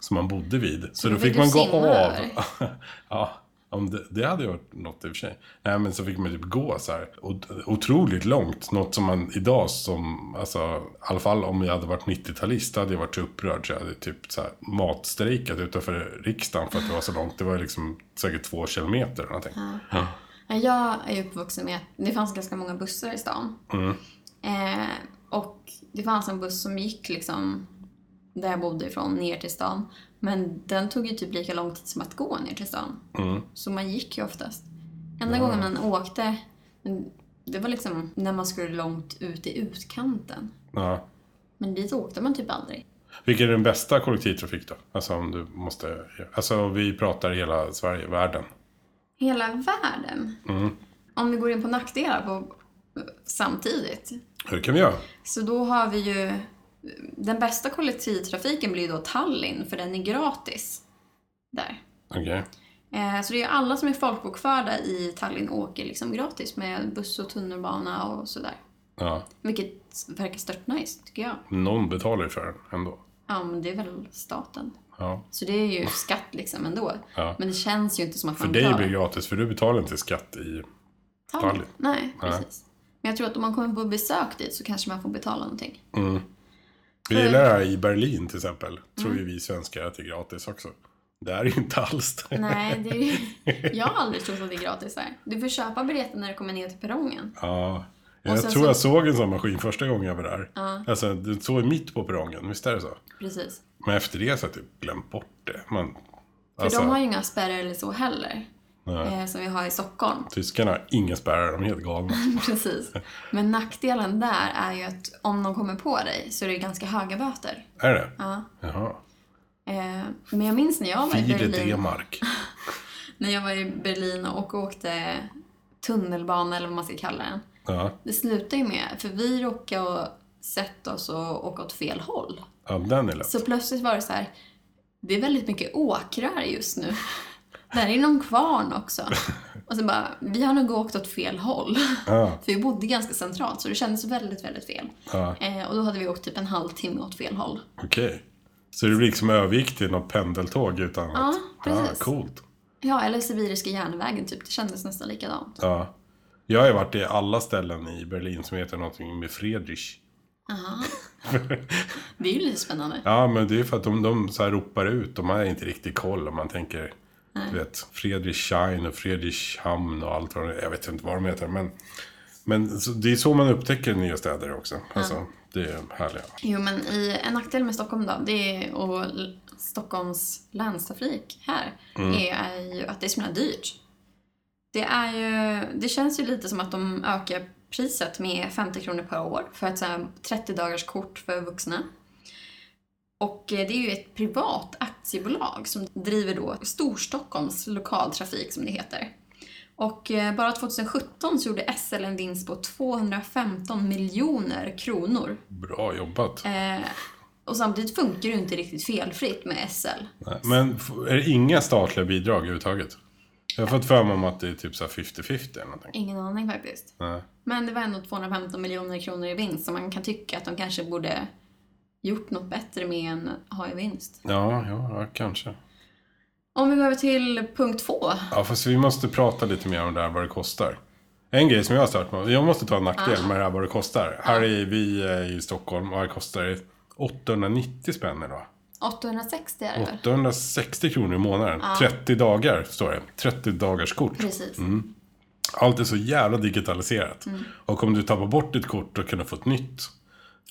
Speaker 1: Som man bodde vid. Så då
Speaker 3: då fick
Speaker 1: fick man
Speaker 3: du
Speaker 1: gå
Speaker 3: simma
Speaker 1: av.
Speaker 3: över.
Speaker 1: ja, om det, det hade ju varit något i och för sig. Nej, men så fick man typ gå så här o- otroligt långt. Något som man idag som, alltså i alla fall om jag hade varit 90-talist hade jag varit så upprörd så jag hade typ så här matstrejkat utanför riksdagen för att det var så långt. Det var ju liksom säkert två kilometer eller någonting. Ja.
Speaker 3: Ja, Jag är ju uppvuxen med att det fanns ganska många bussar i stan.
Speaker 1: Mm.
Speaker 3: Eh, och det fanns en buss som gick liksom där jag bodde ifrån ner till stan. Men den tog ju typ lika lång tid som att gå ner till stan.
Speaker 1: Mm.
Speaker 3: Så man gick ju oftast. Enda gången man åkte, men det var liksom när man skulle långt ut i utkanten.
Speaker 1: Ja.
Speaker 3: Men dit åkte man typ aldrig.
Speaker 1: Vilken är den bästa kollektivtrafik då? Alltså om du måste, alltså vi pratar hela Sverige, världen.
Speaker 3: Hela världen.
Speaker 1: Mm.
Speaker 3: Om vi går in på nackdelar på, eh, samtidigt.
Speaker 1: Hur kan vi göra?
Speaker 3: Så då har vi ju... eh, Den bästa kollektivtrafiken blir ju då Tallinn, för den är gratis. Där.
Speaker 1: Okej.
Speaker 3: Eh, Så det är ju alla som är folkbokförda i Tallinn åker liksom gratis med buss och tunnelbana och sådär.
Speaker 1: Ja.
Speaker 3: Vilket verkar stört nice, tycker jag.
Speaker 1: Någon betalar ju för den ändå.
Speaker 3: Ja, men det är väl staten.
Speaker 1: Ja.
Speaker 3: Så det är ju skatt liksom ändå.
Speaker 1: Ja.
Speaker 3: Men det känns ju inte som att
Speaker 1: För
Speaker 3: man
Speaker 1: dig
Speaker 3: klarar
Speaker 1: blir det gratis, för du betalar inte skatt i... Tallinn.
Speaker 3: Nej, precis. Men jag tror att om man kommer på besök dit så kanske man får betala någonting.
Speaker 1: Vi gillar det här i Berlin till exempel.
Speaker 3: Mm.
Speaker 1: Tror ju vi svenskar att det är gratis också. Det är ju inte alls det.
Speaker 3: Nej, det är jag har aldrig trott att det är gratis här. Du får köpa biljetten när du kommer ner till perrongen.
Speaker 1: Ja.
Speaker 3: Och
Speaker 1: Jag
Speaker 3: sen
Speaker 1: tror
Speaker 3: så-
Speaker 1: jag såg en sån maskin första gången jag var där. Alltså, det såg mitt på perrongen, visst är det så?
Speaker 3: Precis.
Speaker 1: Men efter det så har jag typ glömt bort det. Man,
Speaker 3: För
Speaker 1: alltså,
Speaker 3: de har ju inga spärrar eller så heller.
Speaker 1: Nej.
Speaker 3: Eh, som vi har i Stockholm.
Speaker 1: Tyskarna har inga spärrar, de är helt galna.
Speaker 3: Precis. Men nackdelen där är ju att om de kommer på dig så är det ganska höga böter.
Speaker 1: är det?
Speaker 3: Ja.
Speaker 1: Jaha.
Speaker 3: Eh, men jag minns när jag var i
Speaker 1: File
Speaker 3: Berlin,
Speaker 1: D-mark.
Speaker 3: när jag var i Berlin och åkte tunnelbana eller vad man ska kalla den.
Speaker 1: Ja.
Speaker 3: Det slutade ju med, för vi råkade sätta oss och åka åt fel håll.
Speaker 1: ja, den är lätt.
Speaker 3: Så plötsligt var det så här, det är väldigt mycket åkrar just nu. Där är någon kvarn också. Och så bara, vi har nog åkt åt fel håll.
Speaker 1: Ja.
Speaker 3: För vi bodde ganska centralt så det kändes väldigt, väldigt fel.
Speaker 1: Ja.
Speaker 3: Eh, och då hade vi åkt typ en halvtimme åt fel håll.
Speaker 1: Okej. Så det blir liksom övergick till något pendeltåg utan
Speaker 3: Ja,
Speaker 1: att...
Speaker 3: precis.
Speaker 1: Ah, coolt.
Speaker 3: Ja, eller Sibiriska järnvägen typ, det kändes nästan likadant.
Speaker 1: Ja. Jag har ju varit i alla ställen i Berlin som heter någonting med Friedrich.
Speaker 3: Det är ju lite spännande.
Speaker 1: Ja, men det är för att de, de så här ropar ut. De har inte riktigt koll om man tänker... Du vet, Fredrichshain och Fredrichshamn och allt vad det Jag vet inte vad de heter, men... Men så, det är så man upptäcker nya städer också. Alltså, det är härliga.
Speaker 3: Jo, men i, en nackdel med Stockholm då, det är, och l- Stockholms länstrafik här, är, ju att det är så himla dyrt. Det, är ju, det känns ju lite som att de ökar priset med 50 kronor per år för ett så här 30 dagars kort för vuxna. Och eh, det är ju ett privat aktiebolag som driver då Storstockholms lokaltrafik som det heter. Och eh, bara 2017 så gjorde SL en vinst på 215 miljoner kronor
Speaker 1: Bra jobbat.
Speaker 3: Eh, och samtidigt funkar det ju inte riktigt felfritt med SL.
Speaker 1: Men f- är det inga statliga bidrag överhuvudtaget? Jag har fått för mig om att det är typ så här 50-50 eller någonting.
Speaker 3: Ingen aning faktiskt.
Speaker 1: Nej.
Speaker 3: Men det var ändå 215 miljoner kronor i vinst som man kan tycka att de kanske borde gjort något bättre med en AI-vinst.
Speaker 1: Ja, ja, ja, kanske.
Speaker 3: Om vi går över till punkt två.
Speaker 1: Ja, fast vi måste prata lite mer om det här vad det kostar. En grej som jag har stört mig Jag måste ta en
Speaker 3: Ah.
Speaker 1: nackdel med det här vad det kostar. Här är vi eh, i Stockholm och här kostar det 890 spänn idag.
Speaker 3: 860 är det väl?
Speaker 1: 860 kronor i månaden.
Speaker 3: Ah.
Speaker 1: 30 dagar står det. 30 dagars kort.
Speaker 3: Precis.
Speaker 1: Mm, Allt är så jävla digitaliserat.
Speaker 3: Mm.
Speaker 1: Och om du tappar bort ditt kort då kan du få ett nytt.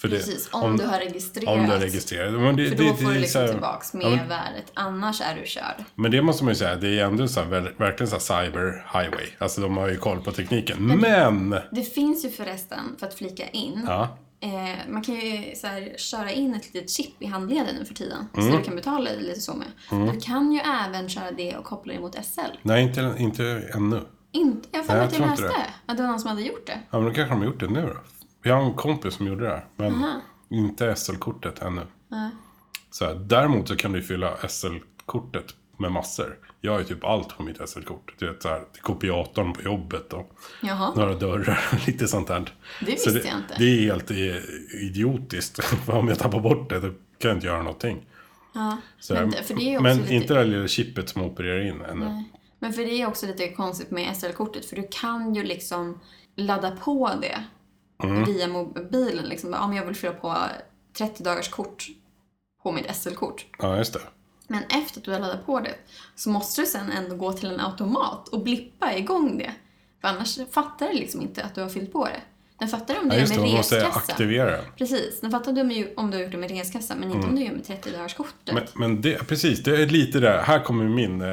Speaker 1: För det-
Speaker 3: Precis, om, du har registrerat.
Speaker 1: Om du har registrerat. Men det,
Speaker 3: För
Speaker 1: det,
Speaker 3: då
Speaker 1: det,
Speaker 3: får du
Speaker 1: är så
Speaker 3: liksom
Speaker 1: här-
Speaker 3: tillbaks
Speaker 1: Ja, men-
Speaker 3: mervärdet, annars är du körd.
Speaker 1: Men det måste man ju säga, det är ändå så här, väl- verkligen så här cyber highway. Alltså de har ju koll på tekniken.
Speaker 3: Mm.
Speaker 1: Men!
Speaker 3: Det finns ju förresten, för att flika in,
Speaker 1: Ja,
Speaker 3: eh, man kan ju så här, köra in ett litet chip i handleden nu för tiden.
Speaker 1: Mm.
Speaker 3: Så du kan betala lite så med. Du kan ju även köra det och koppla det mot SL.
Speaker 1: nej inte, inte ännu.
Speaker 3: Inte, jag har för
Speaker 1: Nej,
Speaker 3: mig
Speaker 1: jag
Speaker 3: att jag
Speaker 1: tror inte
Speaker 3: läste
Speaker 1: det.
Speaker 3: att det var någon som hade gjort det.
Speaker 1: Ja men då kanske de har gjort det nu då. Vi har en kompis som gjorde det här, men inte SL-kortet ännu. Så här, däremot så kan du ju fylla SL-kortet med massor. Jag har ju typ allt på mitt SL-kort. Du vet så här, till kopiatorn på jobbet och
Speaker 3: Jaha.
Speaker 1: några dörrar och lite sånt där.
Speaker 3: Det
Speaker 1: Så
Speaker 3: visste jag inte.
Speaker 1: Det är helt i- idiotiskt. För om jag tappar bort det då kan jag inte göra någonting. Så här,
Speaker 3: Men det- för det är också
Speaker 1: men
Speaker 3: lite-
Speaker 1: inte det där lilla chippet som opererar in ännu.
Speaker 3: Men för det är också lite konstigt med SL-kortet för du kan ju liksom ladda på det
Speaker 1: Mm.
Speaker 3: via mobilen. Liksom. Om jag vill fylla på 30 dagars kort på mitt SL-kort.
Speaker 1: Ja, just det.
Speaker 3: Men efter att du har laddat på det så måste du sen ändå gå till en automat och blippa igång det. För annars fattar det liksom inte att du har fyllt på det. Den fattar om du
Speaker 1: Ja,
Speaker 3: gör
Speaker 1: just det. Man
Speaker 3: med
Speaker 1: måste
Speaker 3: reskassa.
Speaker 1: aktivera den.
Speaker 3: Precis, den fattar om du om du har gjort det med reskassa men inte om du gör med 30 dagars kortet.
Speaker 1: Men, men det, precis, det är lite där. Här kommer min, eh,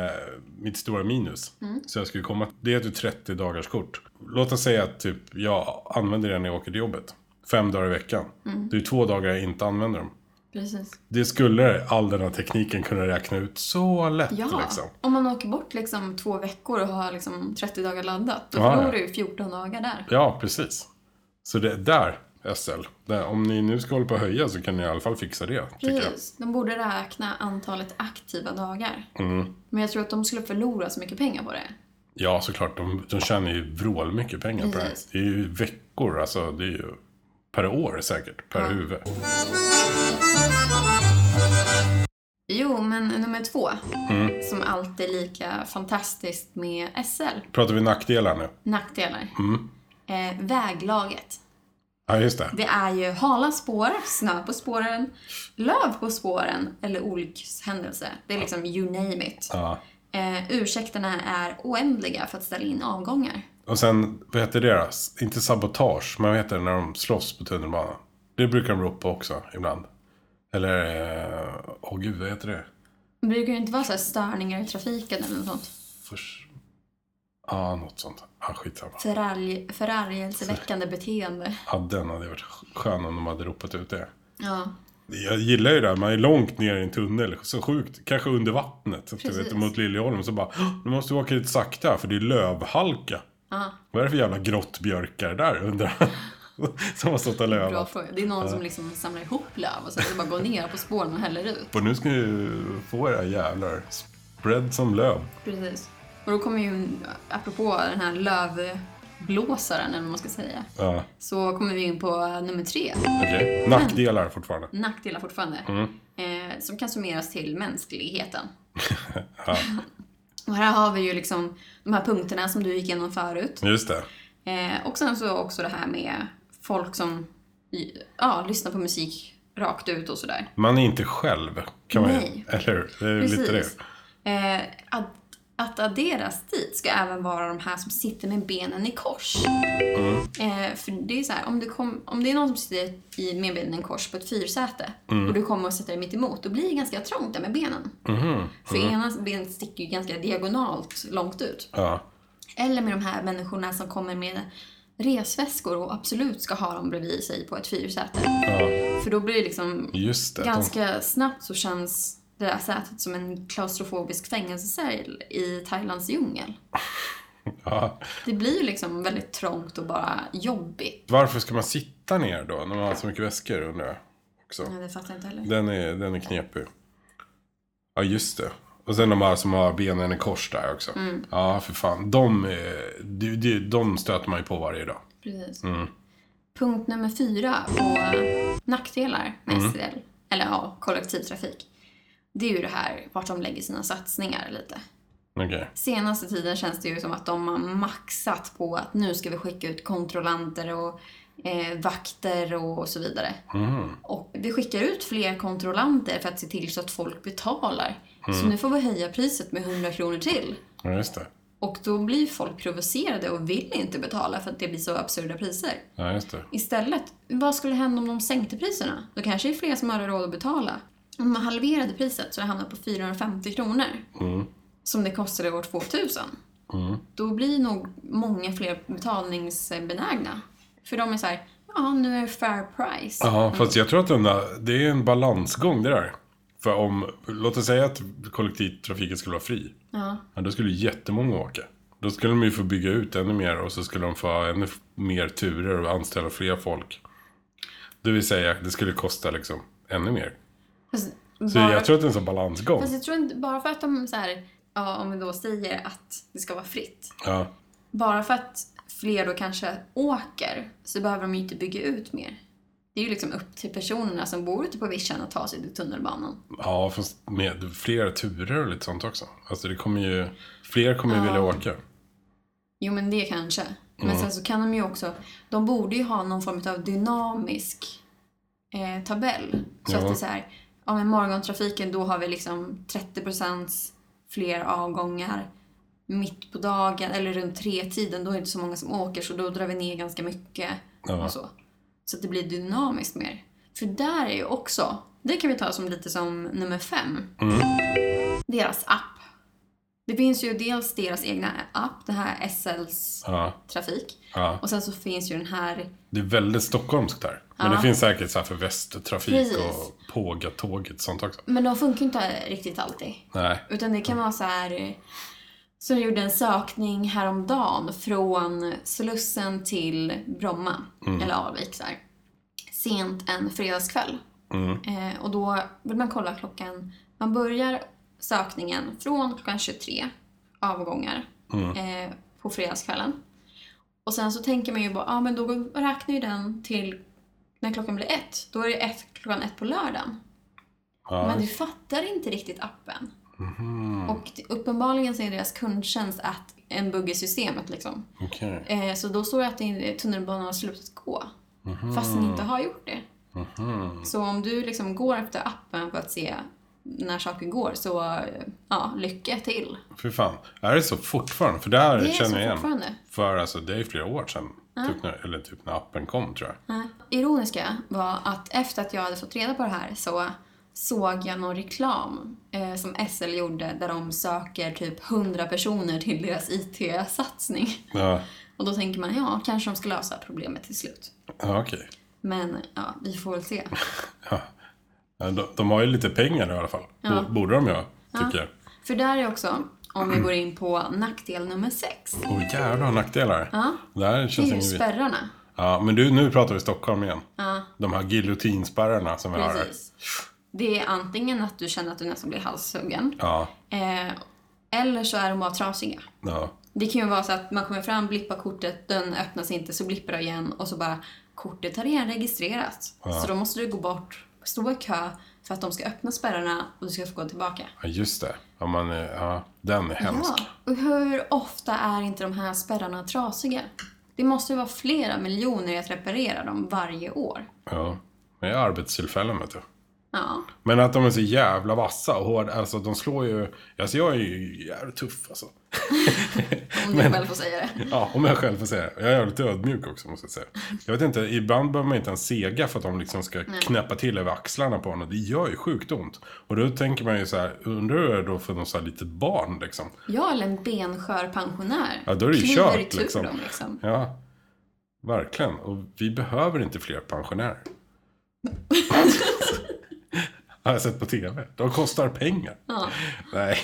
Speaker 1: mitt stora minus. Så jag skulle komma Det är att du 30 dagars kort. Låt oss säga att typ, jag använder det när jag åker till jobbet. Fem dagar i veckan. Det är två dagar jag inte använder dem.
Speaker 3: Precis.
Speaker 1: Det skulle all den här tekniken kunna räkna ut så lätt
Speaker 3: Ja,
Speaker 1: liksom.
Speaker 3: om man åker bort liksom två veckor och har liksom 30 dagar laddat, då
Speaker 1: Ja, ja.
Speaker 3: förlorar du ju 14 dagar där.
Speaker 1: Ja, precis. Så det där, SL. Där, om ni nu ska hålla på att höja så kan ni i alla fall fixa det. Tycker jag.
Speaker 3: Precis. De borde räkna antalet aktiva dagar.
Speaker 1: Mm.
Speaker 3: Men jag tror att de skulle förlora så mycket pengar på det.
Speaker 1: Ja, såklart. De, de tjänar ju vrål mycket pengar på det här.
Speaker 3: Precis.
Speaker 1: Det är ju veckor, alltså. Det är ju per år säkert, per huvud.
Speaker 3: Jo, men nummer två, som alltid är lika fantastiskt med SL,
Speaker 1: Pratar vi nackdelar nu?
Speaker 3: nackdelar. Eh, väglaget.
Speaker 1: Ja, just det.
Speaker 3: Det är ju hala spår, snö på spåren, löv på spåren eller olyckshändelse. Det är liksom you name it.
Speaker 1: Ja.
Speaker 3: Eh, ursäkterna är oändliga för att ställa in avgångar.
Speaker 1: Och sen, vad heter det då? S- Inte sabotage, men vad heter det när de slåss på tunnelbanan? Det brukar de ropa också, ibland. Eller, eh, åh gud, vad heter det?
Speaker 3: Det brukar ju inte vara så här störningar i trafiken eller något sånt.
Speaker 1: Förs... Ja, något sånt. Ja, skitsamma.
Speaker 3: Förarg- förargelseväckande beteende.
Speaker 1: Ja, den hade varit sk- skön om de hade ropat ut det.
Speaker 3: Ja,
Speaker 1: Jag gillar ju det här, man är långt ner i en tunnel, så sjukt, kanske under vattnet, så att du
Speaker 3: Precis.
Speaker 1: vet, mot Liljeholmen, så bara, "Åh, nu måste vi åka lite sakta, för det är lövhalka. Vad är det för jävla grottbjörkar där, undrar jag. Som har stått och
Speaker 3: bra
Speaker 1: lövat.
Speaker 3: fråga. Det är någon som liksom samlar ihop löv och så och bara går ner på spåren och häller ut.
Speaker 1: Och nu ska vi få era jävlar, spread som löv.
Speaker 3: Precis. Och då kommer ju, apropå den här lövblåsaren eller vad man ska säga,
Speaker 1: Ja,
Speaker 3: så kommer vi in på nummer tre.
Speaker 1: okej. Nackdelar fortfarande.
Speaker 3: Nackdelar fortfarande. Eh, som kan summeras till mänskligheten. och här har vi ju liksom de här punkterna som du gick igenom förut.
Speaker 1: Just det.
Speaker 3: Eh, och sen så också det här med folk som ja, lyssnar på musik rakt ut och sådär.
Speaker 1: Man är inte själv, kan man
Speaker 3: Nej.
Speaker 1: Eller hur? Det är lite det.
Speaker 3: Eh, att, att adderas dit ska även vara de här som sitter med benen i kors.
Speaker 1: Mm.
Speaker 3: Eh, för det är så här, om, du kom, om det är någon som sitter i, med benen i kors på ett fyrsäte
Speaker 1: Mm.
Speaker 3: och du kommer och sätter dig mitt emot, då blir det ganska trångt där med benen.
Speaker 1: Mm-hmm.
Speaker 3: För ena benet sticker ju ganska diagonalt långt ut.
Speaker 1: Ja.
Speaker 3: Eller med de här människorna som kommer med resväskor och absolut ska ha dem bredvid sig på ett fyrsäte. För då blir det liksom
Speaker 1: Just det. de-
Speaker 3: ganska snabbt så känns det där sätet som en klaustrofobisk fängelsecell i Thailands djungel.
Speaker 1: Ja.
Speaker 3: Det blir ju liksom väldigt trångt och bara jobbigt.
Speaker 1: Varför ska man sitta ner då, när man har så mycket väskor, undrar jag. Också.
Speaker 3: Nej, det fattar jag inte heller.
Speaker 1: Den är, den är knepig. Ja, just det. Och sen de här som har benen i kors där också. Ja, för fan. De, eh, de, de, de stöter man ju på varje dag.
Speaker 3: Precis. Punkt nummer fyra på nackdelar med SL, eller ja, kollektivtrafik. Det är ju det här vart de lägger sina satsningar lite.
Speaker 1: Okej.
Speaker 3: Senaste tiden känns det ju som att de har maxat på att nu ska vi skicka ut kontrollanter och eh, vakter och, och så vidare. Och vi skickar ut fler kontrollanter för att se till så att folk betalar. Så nu får vi höja priset med 100 kronor till.
Speaker 1: Ja, just det.
Speaker 3: Och då blir folk provocerade och vill inte betala för att det blir så absurda priser.
Speaker 1: Ja, just det.
Speaker 3: Istället, vad skulle hända om de sänkte priserna? Då kanske det är fler som hade råd att betala. Om man halverade priset så det hamnar på 450 kronor,
Speaker 1: Mm.
Speaker 3: som det kostade år 2000, då blir nog många fler betalningsbenägna. För de är så här, ja nu är det fair price.
Speaker 1: Ja, fast jag tror att den där, det är en balansgång det där. För om, låt oss säga att kollektivtrafiken skulle vara fri.
Speaker 3: Ja.
Speaker 1: Ja, då skulle ju jättemånga åka. Då skulle de ju få bygga ut ännu mer och så skulle de få ha ännu f- mer turer och anställa fler folk. Det vill säga, det skulle kosta liksom ännu mer.
Speaker 3: Fast,
Speaker 1: Så
Speaker 3: bara,
Speaker 1: jag tror att det är en sån balansgång.
Speaker 3: fast jag tror inte, bara för att de så här, ja, om vi då säger att det ska vara fritt,
Speaker 1: Ja,
Speaker 3: bara för att fler då kanske åker så behöver de ju inte bygga ut mer. Det är ju liksom upp till personerna som bor ute på vischan att ta sig till tunnelbanan.
Speaker 1: ja fast med fler turer och lite sånt också. Alltså det kommer ju, fler kommer ju vilja åka.
Speaker 3: Jo men det kanske. Men sen så kan de ju också, de borde ju ha någon form av dynamisk eh, tabell. Så
Speaker 1: Ja.
Speaker 3: att det är så här, ja men morgontrafiken då har vi liksom 30% fler avgångar. Mitt på dagen eller runt tre tiden då är det inte så många som åker så då drar vi ner ganska mycket.
Speaker 1: Ja.
Speaker 3: Och så. så att det blir dynamiskt mer. För där är ju också, det kan vi ta som lite som nummer fem.
Speaker 1: Mm.
Speaker 3: Deras app. Det finns ju dels deras egna app, det här SLs
Speaker 1: Ja,
Speaker 3: trafik.
Speaker 1: ja.
Speaker 3: Och sen så finns ju den här,
Speaker 1: Det är väldigt stockholmskt där. Men det finns säkert så här för västtrafik
Speaker 3: Precis.
Speaker 1: och Pågatåget sånt också.
Speaker 3: men de funkar ju inte riktigt alltid.
Speaker 1: Nej.
Speaker 3: Utan det kan vara så här, så jag gjorde en sökning häromdagen från Slussen till Bromma, eller Alvik så här. Sent en fredagskväll. Eh, och då vill man kolla klockan, man börjar sökningen från klockan 23, avgångar, eh, på fredagskvällen. Och sen så tänker man ju bara, ja ah, men då går- räknar ju den till när klockan blir ett. Då är det ett, klockan ett på lördagen.
Speaker 1: Ja. Mhm.
Speaker 3: Men du fattar inte riktigt appen. Och det- uppenbarligen så är deras kundtjänst att en bugg i systemet liksom.
Speaker 1: Okej.
Speaker 3: Eh, så då står det att din- tunnelbanan har slutat gå.
Speaker 1: Mhm.
Speaker 3: Fast den inte har gjort det. Så om du liksom går efter appen för att se när saker går så eh, ja, lycka till.
Speaker 1: Fy fan. Är det så fortfarande? För det här
Speaker 3: Det är så
Speaker 1: känner jag igen.
Speaker 3: fortfarande.
Speaker 1: För alltså det är flera år sedan. Typ när, eller typ när appen kom tror jag.
Speaker 3: Nej. Ironiska var att efter att jag hade fått reda på det här så såg jag någon reklam eh, som SL gjorde där de söker typ 100 personer till deras IT-satsning.
Speaker 1: Ja,
Speaker 3: Och då tänker man, ja, kanske de ska lösa problemet till slut.
Speaker 1: ja okej.
Speaker 3: Men ja, vi får väl se.
Speaker 1: Ja, De, de har ju lite pengar i alla fall.
Speaker 3: Ja.
Speaker 1: Bo- Borde de ju, tycker jag.
Speaker 3: För där är också, om vi går in på nackdel nummer sex,
Speaker 1: Åh jävlar nackdelar.
Speaker 3: Ja.
Speaker 1: Det här
Speaker 3: det
Speaker 1: känns
Speaker 3: är ju
Speaker 1: inget vi...
Speaker 3: spärrarna.
Speaker 1: Ja, men du, nu pratar vi Stockholm igen. De här giljotinspärrarna som vi har här.
Speaker 3: Precis. Det är antingen att du känner att du nästan blir halshuggen,
Speaker 1: Ja,
Speaker 3: eh, eller så är de bara trasiga.
Speaker 1: ja.
Speaker 3: Det kan ju vara så att man kommer fram, blippar kortet, dörren öppnas inte, så blippar det igen och så bara kortet har redan registrerats. Så då måste du gå bort, stå i kö för att de ska öppna spärrarna och du ska få gå tillbaka.
Speaker 1: ja just det. Ja, man, är- ja, den är hemsk.
Speaker 3: Ja, och hur ofta är inte de här spärrarna trasiga? Det måste ju vara flera miljoner i att reparera dem varje år.
Speaker 1: Ja. Men det är arbetstillfällen vet du.
Speaker 3: Ja,
Speaker 1: Men att de är så jävla vassa och hårda. Alltså de slår ju... Alltså jag är ju jävligt tuff alltså.
Speaker 3: om du själv får säga det.
Speaker 1: Ja, om jag själv får säga. Jag är jävligt ödmjuk också måste jag säga. Jag vet inte, ibland behöver man inte ens sega för att de liksom ska knäppa till över axlarna på en och det gör ju sjukt ont. Och då tänker man ju så här, undrar hur det är då för något så här litet barn liksom.
Speaker 3: Jag eller en benskör pensionär.
Speaker 1: Ja, då är det ju
Speaker 3: Kliver
Speaker 1: kört
Speaker 3: itu
Speaker 1: liksom.
Speaker 3: Dem, liksom.
Speaker 1: Ja, verkligen. Och vi behöver inte fler pensionärer. Har jag sett på TV. De kostar pengar. Nej.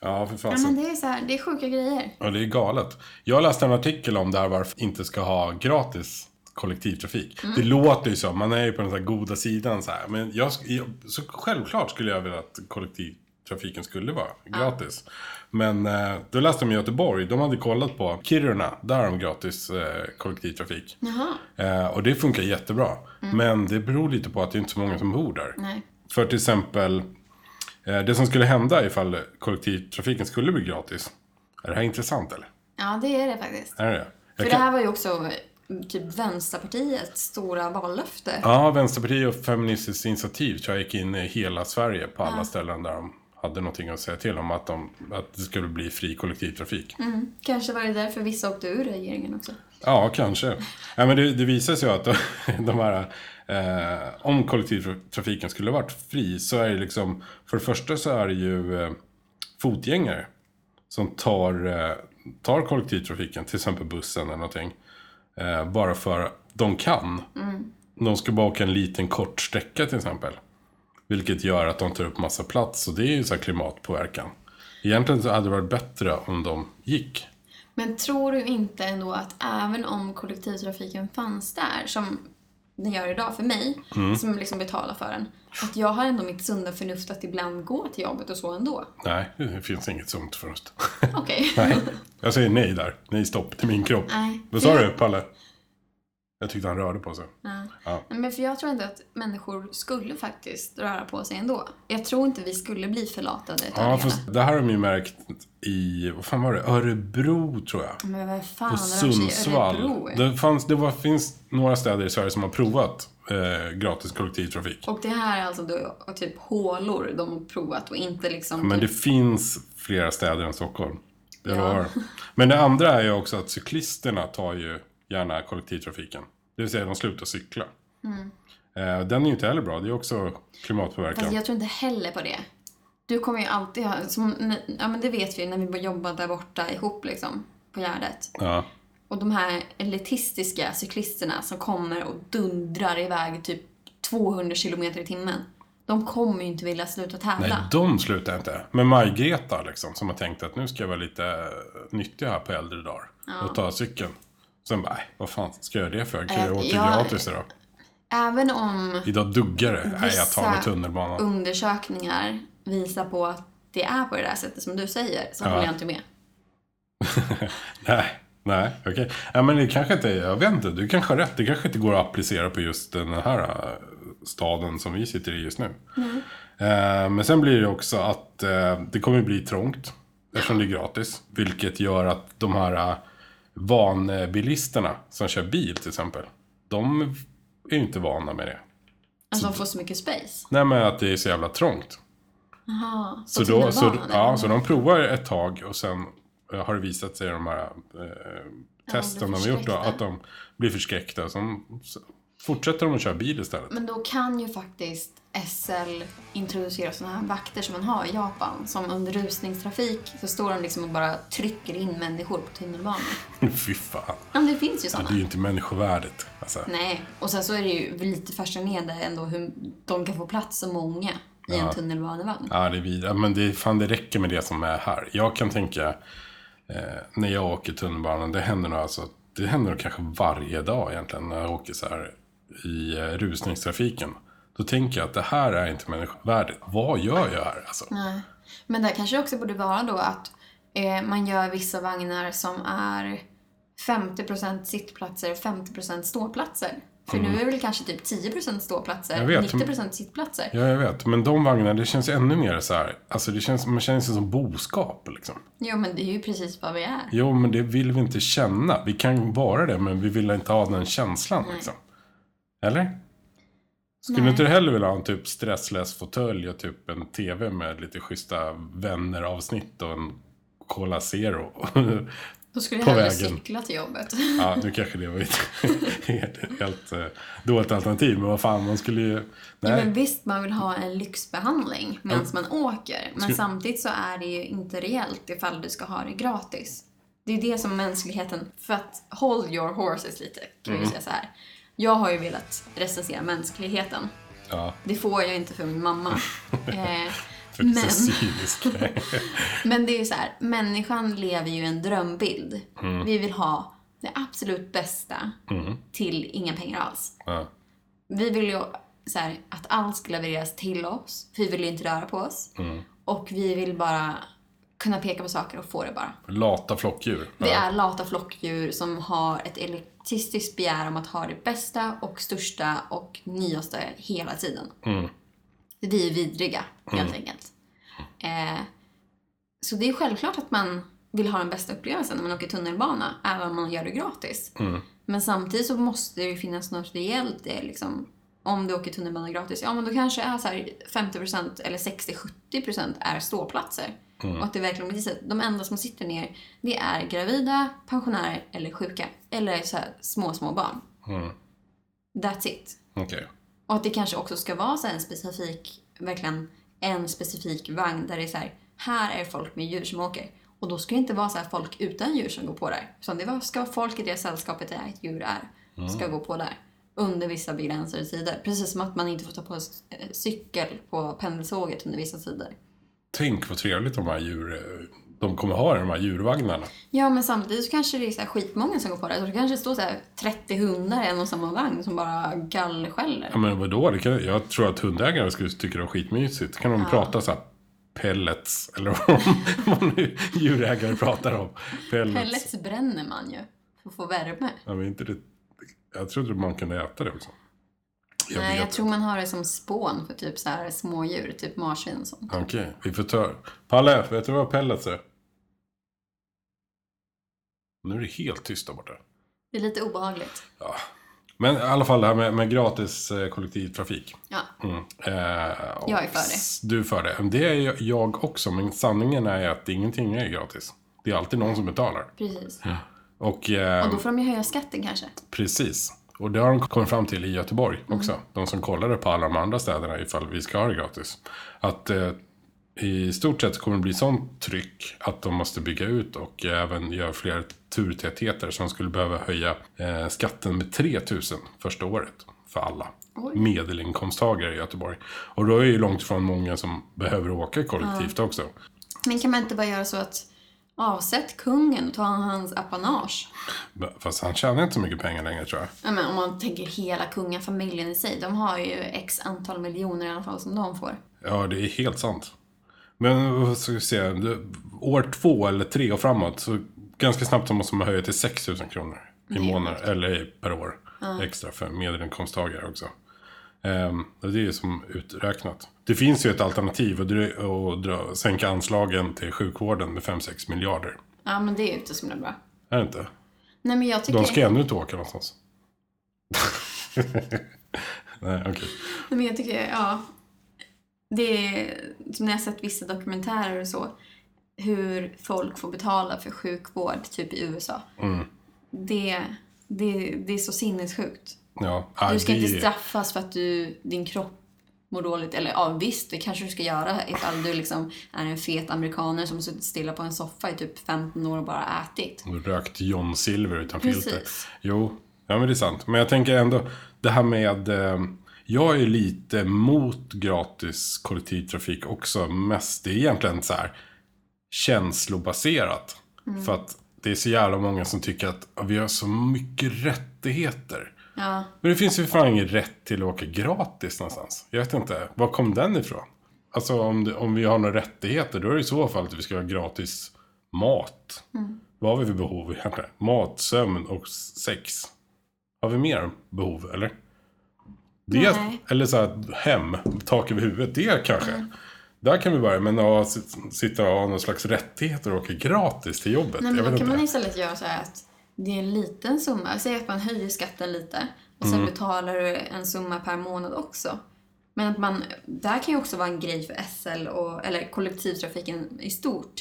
Speaker 1: Ja, för
Speaker 3: Ja,
Speaker 1: fasen.
Speaker 3: men det är så här, det är sjuka grejer.
Speaker 1: Ja, det är galet. Jag läste en artikel om där varför inte ska ha gratis kollektivtrafik. Det låter ju så, man är ju på den så här goda sidan så här. Men jag, sk- jag, så självklart skulle jag vilja att kollektiv trafiken skulle vara gratis. Men eh, då läste de i Göteborg, de hade kollat på Kiruna, där har de gratis eh, kollektivtrafik.
Speaker 3: Jaha.
Speaker 1: Eh, och det funkar jättebra. Men det beror lite på att det är inte så många som bor där.
Speaker 3: Nej.
Speaker 1: För till exempel, eh, det som skulle hända ifall kollektivtrafiken skulle bli gratis. Är det här intressant eller?
Speaker 3: Ja, det är det faktiskt.
Speaker 1: Är det Jag
Speaker 3: För det
Speaker 1: kan-
Speaker 3: här var ju också eh, typ Vänsterpartiets stora vallöfte.
Speaker 1: Ja, Vänsterpartiet och Feministiskt initiativ tror jag gick in i hela Sverige på alla ställen där de hade någonting att säga till om att, de, att det skulle bli fri kollektivtrafik.
Speaker 3: Mm. Kanske var det därför vissa åkte ur regeringen också.
Speaker 1: Ja, kanske. Ja, men det, det visar sig ju att de här, eh, om kollektivtrafiken skulle varit fri så är det liksom, för det första så är det ju eh, fotgängare som tar, eh, tar kollektivtrafiken, till exempel bussen eller någonting, eh, bara för de kan. De ska bara åka en liten kort sträcka till exempel. Vilket gör att de tar upp massa plats och det är ju så här klimatpåverkan. Egentligen så hade det varit bättre om de gick.
Speaker 3: Men tror du inte ändå att även om kollektivtrafiken fanns där, som den gör idag för mig,
Speaker 1: Mm.
Speaker 3: som liksom betalar för den, att jag har ändå mitt sunda förnuft att ibland gå till jobbet och så ändå?
Speaker 1: Nej, det finns inget sunt förnuft.
Speaker 3: Okej.
Speaker 1: nej, jag säger nej där. Nej, stopp till min kropp.
Speaker 3: Nej.
Speaker 1: Vad sa
Speaker 3: För
Speaker 1: du, Palle? Jag tyckte han rörde på sig.
Speaker 3: Nej, Men för jag tror inte att människor skulle faktiskt röra på sig ändå. Jag tror inte vi skulle bli förlatade utav
Speaker 1: Ja,
Speaker 3: det hela.
Speaker 1: fast det här har de ju märkt i, vad fan var det, Örebro tror jag.
Speaker 3: Men vad fan
Speaker 1: Och
Speaker 3: rör sig i
Speaker 1: Sundsvall.
Speaker 3: Örebro?
Speaker 1: Det, fanns, det var, finns några städer i Sverige som har provat eh, gratis kollektivtrafik.
Speaker 3: Och det här är alltså då och typ hålor de har provat och inte liksom...
Speaker 1: Men det
Speaker 3: typ,
Speaker 1: finns flera städer än Stockholm. Det
Speaker 3: Ja.
Speaker 1: lovar. Men det andra är ju också att cyklisterna tar ju gärna kollektivtrafiken. Det vill säga de slutar cykla. Eh, Den är ju inte heller bra. Det är också
Speaker 3: Mm.
Speaker 1: klimatpåverkan.
Speaker 3: fast jag tror inte heller på det. Du kommer ju alltid ha... Som, ja, men det vet vi ju när vi jobbade där borta ihop liksom, på Gärdet.
Speaker 1: Ja.
Speaker 3: Och de här elitistiska cyklisterna som kommer och dundrar iväg typ 200 kilometer i timmen. De kommer ju inte vilja sluta tävla.
Speaker 1: Nej, de slutar inte. Men Maj-Greta liksom, som har tänkt att nu ska jag vara lite eh, nyttig här på äldre dagar. Och ta cykeln. Sen bara, nej, vad fan ska jag göra det för? Jag kan
Speaker 3: Eh,
Speaker 1: jag åka
Speaker 3: jag-
Speaker 1: gratis idag.
Speaker 3: Även om
Speaker 1: Idag duggar det. Nej, jag tar
Speaker 3: Vissa
Speaker 1: med tunnelbanan.
Speaker 3: undersökningar visar på att det är på det där sättet som du säger, så
Speaker 1: Ja.
Speaker 3: håller jag inte med.
Speaker 1: Nej, nej, okej. Ja, men det kanske inte, jag vet inte, du kanske har rätt. Det kanske inte går att applicera på just den här eh, staden som vi sitter i just nu. Eh, men sen blir det också att eh, det kommer bli trångt eftersom det är gratis. Vilket gör att de här eh, vanbilisterna som kör bil till exempel, de är ju inte vana med det.
Speaker 3: Att Alltså, de får så mycket space.
Speaker 1: Nej, men att det är så jävla trångt.
Speaker 3: Jaha,
Speaker 1: Så,
Speaker 3: på
Speaker 1: då, så,
Speaker 3: tunnelbanan, eller?
Speaker 1: ja, så de provar ett tag och sen eh, har det visat sig i de här eh, testen de har gjort då,
Speaker 3: förskräckta.
Speaker 1: att de blir förskräckta. Så de, så fortsätter de att köra bil istället.
Speaker 3: Men då kan ju faktiskt SL introducera sådana här vakter som man har i Japan. Som under rusningstrafik så står de liksom och bara trycker in människor på tunnelbanan.
Speaker 1: Fy fan.
Speaker 3: Ja, men det finns ju
Speaker 1: Ja,
Speaker 3: sådana.
Speaker 1: det är ju inte människovärdigt. Alltså.
Speaker 3: Nej, och sen så är det ju lite fascinerande ändå hur de kan få plats så många i en tunnelbanevagn.
Speaker 1: Ja, det är vid... ja, men det, fan, det räcker med det som är här. Jag kan tänka, eh, när jag åker tunnelbanan, det händer nog alltså, det händer nog kanske varje dag egentligen när jag åker så här i eh, rusningstrafiken. Då tänker jag att det här är inte människovärdigt. Vad gör jag här alltså?
Speaker 3: Nej. Men där kanske det också borde vara då att eh, man gör vissa vagnar som är 50% sittplatser och 50% ståplatser. För nu är det väl kanske typ 10%
Speaker 1: Mm. Jag
Speaker 3: ståplatser,
Speaker 1: vet,
Speaker 3: 90% sittplatser.
Speaker 1: Ja, jag vet. Men de vagnarna, det känns ju ännu mer så här. Alltså, det känns, man känner sig som boskap liksom.
Speaker 3: Jo, men det är ju precis vad vi är.
Speaker 1: Jo, men det vill vi inte känna. Vi kan vara det, men vi vill inte ha den känslan liksom. Eller? Skulle
Speaker 3: Nej.
Speaker 1: inte du hellre vilja ha en typ stresslös fåtölj och typ en tv med lite schyssta vänner-avsnitt och en Cola Zero?
Speaker 3: Då skulle jag
Speaker 1: På
Speaker 3: hellre
Speaker 1: vägen.
Speaker 3: cykla till jobbet.
Speaker 1: ja, nu kanske det var ett helt, helt eh, dåligt alternativ, men vad fan, man skulle ju...
Speaker 3: Ja,
Speaker 1: Nej.
Speaker 3: men visst, man vill ha en lyxbehandling medan man åker. Men samtidigt så är det ju inte reellt ifall du ska ha det gratis. Det är det som mänskligheten... För att hold your horses lite, kan
Speaker 1: Mm.
Speaker 3: vi säga så här. Jag har ju velat recensera mänskligheten.
Speaker 1: Ja,
Speaker 3: Det får jag inte för min mamma. eh,
Speaker 1: för det är
Speaker 3: men,
Speaker 1: så cyniskt.
Speaker 3: men det är ju så här, människan lever ju en drömbild.
Speaker 1: Mm.
Speaker 3: Vi vill ha det absolut bästa till inga pengar alls.
Speaker 1: ja. Mm.
Speaker 3: Vi vill ju så här, att allt ska levereras till oss. för Vi vill ju inte röra på oss. Och vi vill bara kunna peka på saker och få det bara.
Speaker 1: Lata flockdjur.
Speaker 3: Vi
Speaker 1: Ja.
Speaker 3: är lata flockdjur som har ett elitistiskt begär om att ha det bästa och största och nyaste hela tiden.
Speaker 1: Mm,
Speaker 3: Vi är vidriga, helt enkelt. Eh, så det är självklart att man vill ha den bästa upplevelsen när man åker tunnelbana, även om man gör det gratis.
Speaker 1: mm.
Speaker 3: Men samtidigt så måste det ju finnas något rejält. eh, Liksom, om du åker tunnelbana gratis, ja men då kanske är så här 50% eller 60-70% är ståplatser. Och att det verkligen blir så. att De enda som sitter ner, det är gravida, pensionärer eller sjuka. Eller så här, små, små barn. That's it.
Speaker 1: Okej.
Speaker 3: Och att det kanske också ska vara så här en specifik, verkligen en specifik vagn där det är så här, här är folk med djur som åker. Och då ska det inte vara så här folk utan djur som går på där. Utan det var- ska vara folk i det sällskapet där ett djur är, ska gå på där. Under vissa begränsade tider. Precis som att man inte får ta på s- eh, cykel på pendeltåget under vissa tider.
Speaker 1: Tänk vad trevligt de här djur... De kommer ha i de här djurvagnarna.
Speaker 3: Ja, men samtidigt så kanske det är så här skitmånga som går på det. Så det kanske står så här 30 hundar i en och samma vagn som bara gallskäller.
Speaker 1: Ja men vadå? Det kan, jag tror att hundägare skulle tycka det var skitmysigt. Kan de prata så här pellets? Eller vad vad nu djurägare pratar om. Pellets.
Speaker 3: Pellets bränner man ju för att få värme.
Speaker 1: Ja, men inte det, jag trodde man kunde äta det också. Jag
Speaker 3: Nej,
Speaker 1: vet
Speaker 3: jag tror
Speaker 1: inte.
Speaker 3: man har det som spån för typ så här smådjur, typ marsvin och sånt.
Speaker 1: Okej, vi får ta... Palle, vet du vad pellets är? Nu är det helt tyst där borta.
Speaker 3: Det är lite obehagligt.
Speaker 1: Men i alla fall det här med, med gratis eh, kollektivtrafik.
Speaker 3: Ja.
Speaker 1: Mm. Eh, och
Speaker 3: Jag är för det.
Speaker 1: Du är för det. Det är ju jag också, men sanningen är att ingenting är gratis. Det är alltid någon som betalar.
Speaker 3: Precis.
Speaker 1: Och, eh,
Speaker 3: Och då får de ju höja skatten kanske.
Speaker 1: Precis. Och det har de kommit fram till i Göteborg också. De som kollade på alla de andra städerna ifall vi ska ha det gratis. Att eh, i stort sett kommer det bli sånt tryck att de måste bygga ut och även göra fler turtätheter. Så de skulle behöva höja eh, skatten med 3000 första året för alla.
Speaker 3: Oj.
Speaker 1: Medelinkomsttagare i Göteborg. Och då är det ju långt ifrån många som behöver åka kollektivt också.
Speaker 3: Men kan man inte bara göra så att avsätt kungen och ta hans apanage?
Speaker 1: Fast han tjänar inte så mycket pengar längre tror jag.
Speaker 3: Ja, men om man tänker hela kungafamiljen i sig. De har ju x antal miljoner i alla fall som de får.
Speaker 1: Ja, det är helt sant. Men vad ska vi se, det- år två eller tre och framåt så ganska snabbt så måste man höja till 6 000 kronor i månaden, eller i- per år extra för medelinkomsttagare också. Ehm, och det är ju som uträknat. Det finns ju ett alternativ att, dra, att dra, sänka anslagen till sjukvården med 5-6 miljarder.
Speaker 3: Ja, men det är ju inte så himla bra.
Speaker 1: Är det inte?
Speaker 3: Nej, men jag tycker...
Speaker 1: De ska ännu inte åka någonstans. Nej, okej.
Speaker 3: Nej, men jag tycker, ja. Det är, som när jag sett vissa dokumentärer och så, hur folk får betala för sjukvård, typ i USA.
Speaker 1: Mm.
Speaker 3: Det, det, det är så sinnessjukt.
Speaker 1: Ja, ah,
Speaker 3: Du ska
Speaker 1: det-
Speaker 3: inte straffas för att du, din kropp mår dåligt. Eller ja, visst, det kanske du ska göra ifall du liksom är en fet amerikaner som har suttit stilla på en soffa i typ 15 år och bara ätit.
Speaker 1: Och Rökt John Silver utan
Speaker 3: Precis.
Speaker 1: filter. Jo, ja men det är sant. Men jag tänker ändå, det här med... Eh, jag är lite mot gratis kollektivtrafik också. Mest, det är egentligen så här känslobaserat.
Speaker 3: Mm.
Speaker 1: För att det är så jävla många som tycker att "Ja, vi har så mycket rättigheter.
Speaker 3: Ja,
Speaker 1: Men det finns ju fan ingen rätt till att åka gratis någonstans. Jag vet inte, var kom den ifrån? Alltså om, det, om vi har några rättigheter, då är det i så fall att vi ska ha gratis mat. Vad har vi för behov egentligen? Mat, sömn och sex. Har vi mer behov, eller? Det,
Speaker 3: Nej. Mm.
Speaker 1: eller så här, hem, tak över huvudet, det kanske. Där kan vi börja, men att sit- sitta och ha någon slags rättigheter och åka gratis till jobbet.
Speaker 3: Nej, men
Speaker 1: jag
Speaker 3: då
Speaker 1: vet
Speaker 3: kan
Speaker 1: inte.
Speaker 3: man istället göra så här att det är en liten summa. Säg att man höjer skatten lite och
Speaker 1: Mm.
Speaker 3: sen betalar du en summa per månad också. Men att man, där kan ju också vara en grej för SL och, eller kollektivtrafiken i stort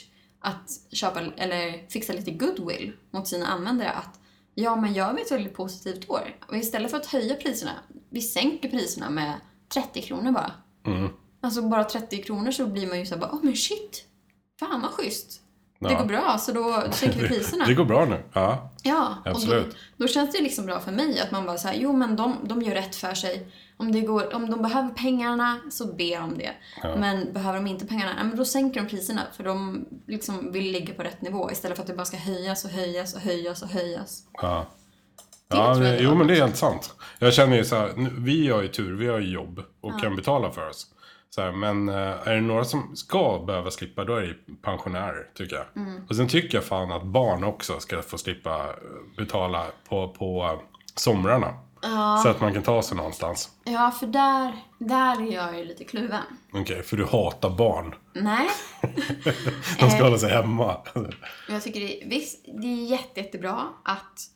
Speaker 3: att köpa eller fixa lite goodwill mot sina användare att ja men jag vet ett väldigt positivt år och istället för att höja priserna, vi sänker priserna med 30 kronor bara. Alltså bara 30 kronor så blir man ju såhär bara, åh men shit, fan vad schysst. Det
Speaker 1: Ja.
Speaker 3: går bra så då sänker vi priserna.
Speaker 1: Det går bra nu. Ja.
Speaker 3: Ja, och
Speaker 1: Absolut.
Speaker 3: då, då känns det liksom bra för mig att man bara säger jo men de, de gör rätt för sig. Om, det går, om de behöver pengarna så ber de det. Men behöver de inte pengarna, ja, men då sänker de priserna för de liksom vill ligga på rätt nivå istället för att det bara ska höjas och höjas och höjas och höjas.
Speaker 1: ja.
Speaker 3: Det
Speaker 1: Ja,
Speaker 3: tror jag
Speaker 1: det,
Speaker 3: det
Speaker 1: jo
Speaker 3: var.
Speaker 1: men det är helt sant. Jag känner ju så här, nu- vi har ju tur, vi har ju jobb och kan betala för oss. Så här, men eh, är det några som ska behöva slippa, då är det ju pensionärer, tycker jag.
Speaker 3: Mm.
Speaker 1: Och sen tycker jag fan att barn också ska få slippa eh, betala på, på eh, somrarna. Så att man kan ta sig någonstans.
Speaker 3: Ja, för där, där är jag ju lite kluven.
Speaker 1: Okej, för du hatar barn.
Speaker 3: Nej,
Speaker 1: De
Speaker 3: Eh.
Speaker 1: ska hålla sig hemma.
Speaker 3: men jag tycker det, är- visst, det är jätte, jättebra att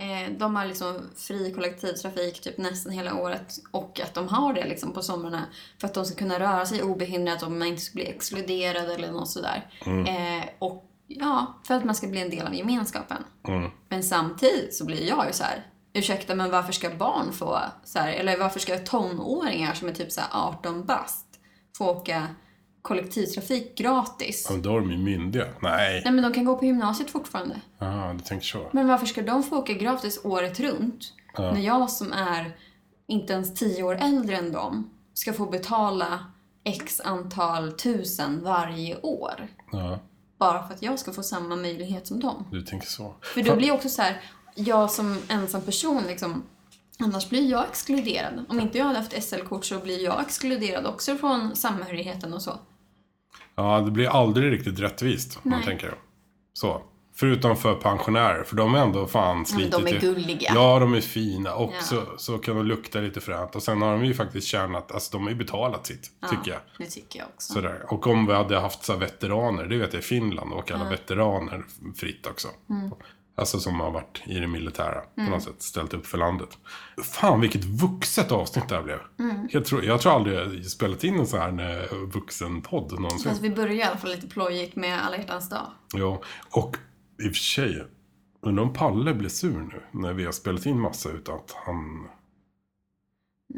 Speaker 3: eh, de har liksom fri kollektivtrafik typ nästan hela året och att de har det liksom på somrarna för att de ska kunna röra sig obehindrat och man inte ska bli exkluderad eller något sådär. Eh, och ja, för att man ska bli en del av gemenskapen. Men samtidigt så blir jag ju så här. Ursäkta, men varför ska barn få så här, eller varför ska tonåringar som är typ så här 18 bast få åka kollektivtrafik gratis?
Speaker 1: Men då är de ju myndiga. Nej.
Speaker 3: Nej men de kan gå på gymnasiet fortfarande.
Speaker 1: Jaha, du tänker så.
Speaker 3: Men varför ska de få åka gratis året runt? När jag som är inte ens tio år äldre än dem ska få betala x antal tusen varje år.
Speaker 1: Ja,
Speaker 3: Bara för att jag ska få samma möjlighet som dem.
Speaker 1: du tänker så.
Speaker 3: För då blir jag också så här, jag som ensam person liksom, annars blir jag exkluderad. Om inte jag hade haft SL-kort så blir jag exkluderad också från samhörigheten och så.
Speaker 1: Ja, det blir aldrig riktigt rättvist om man
Speaker 3: Nej.
Speaker 1: tänker så. Förutom för pensionärer, för de är ändå fan
Speaker 3: men
Speaker 1: slitit.
Speaker 3: de är
Speaker 1: i-
Speaker 3: gulliga.
Speaker 1: Ja, de är fina och
Speaker 3: Ja.
Speaker 1: så, så kan de lukta lite fränt. Och sen har de ju faktiskt tjänat, alltså de har ju betalat sitt, tycker jag.
Speaker 3: Det tycker jag också.
Speaker 1: Sådär. Och om vi hade haft så här veteraner, det vet jag i Finland, och alla veteraner fritt också.
Speaker 3: Mm.
Speaker 1: Alltså som har varit i det militära på något sätt, ställt upp för landet. Fan vilket vuxet avsnitt det här blev.
Speaker 3: Mm.
Speaker 1: Jag, tror, jag tror aldrig jag spelat in en sån här eh, vuxenpodd någonsin.
Speaker 3: Fast vi börjar i alla fall lite plojigt med alla hjärtans dag.
Speaker 1: Ja, och i och för sig, undrar om Palle blir sur nu när vi har spelat in massa utan att han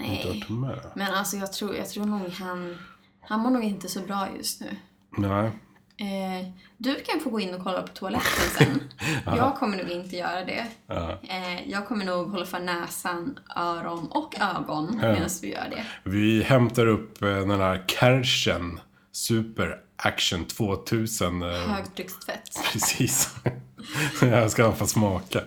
Speaker 1: inte
Speaker 3: Nej.
Speaker 1: varit med.
Speaker 3: Men alltså jag tror, jag tror nog han... Han mår nog inte så bra just nu.
Speaker 1: Nej.
Speaker 3: Eh, du kan få gå in och kolla på toaletten sen. jag kommer nog inte göra det. Eh, jag kommer nog hålla för näsan, öron och ögon medan vi gör det.
Speaker 1: Vi hämtar upp eh, den här Kärchen Super Action 2000. Eh,
Speaker 3: Högtryckstvätt.
Speaker 1: precis. jag ska i alla fall smaka.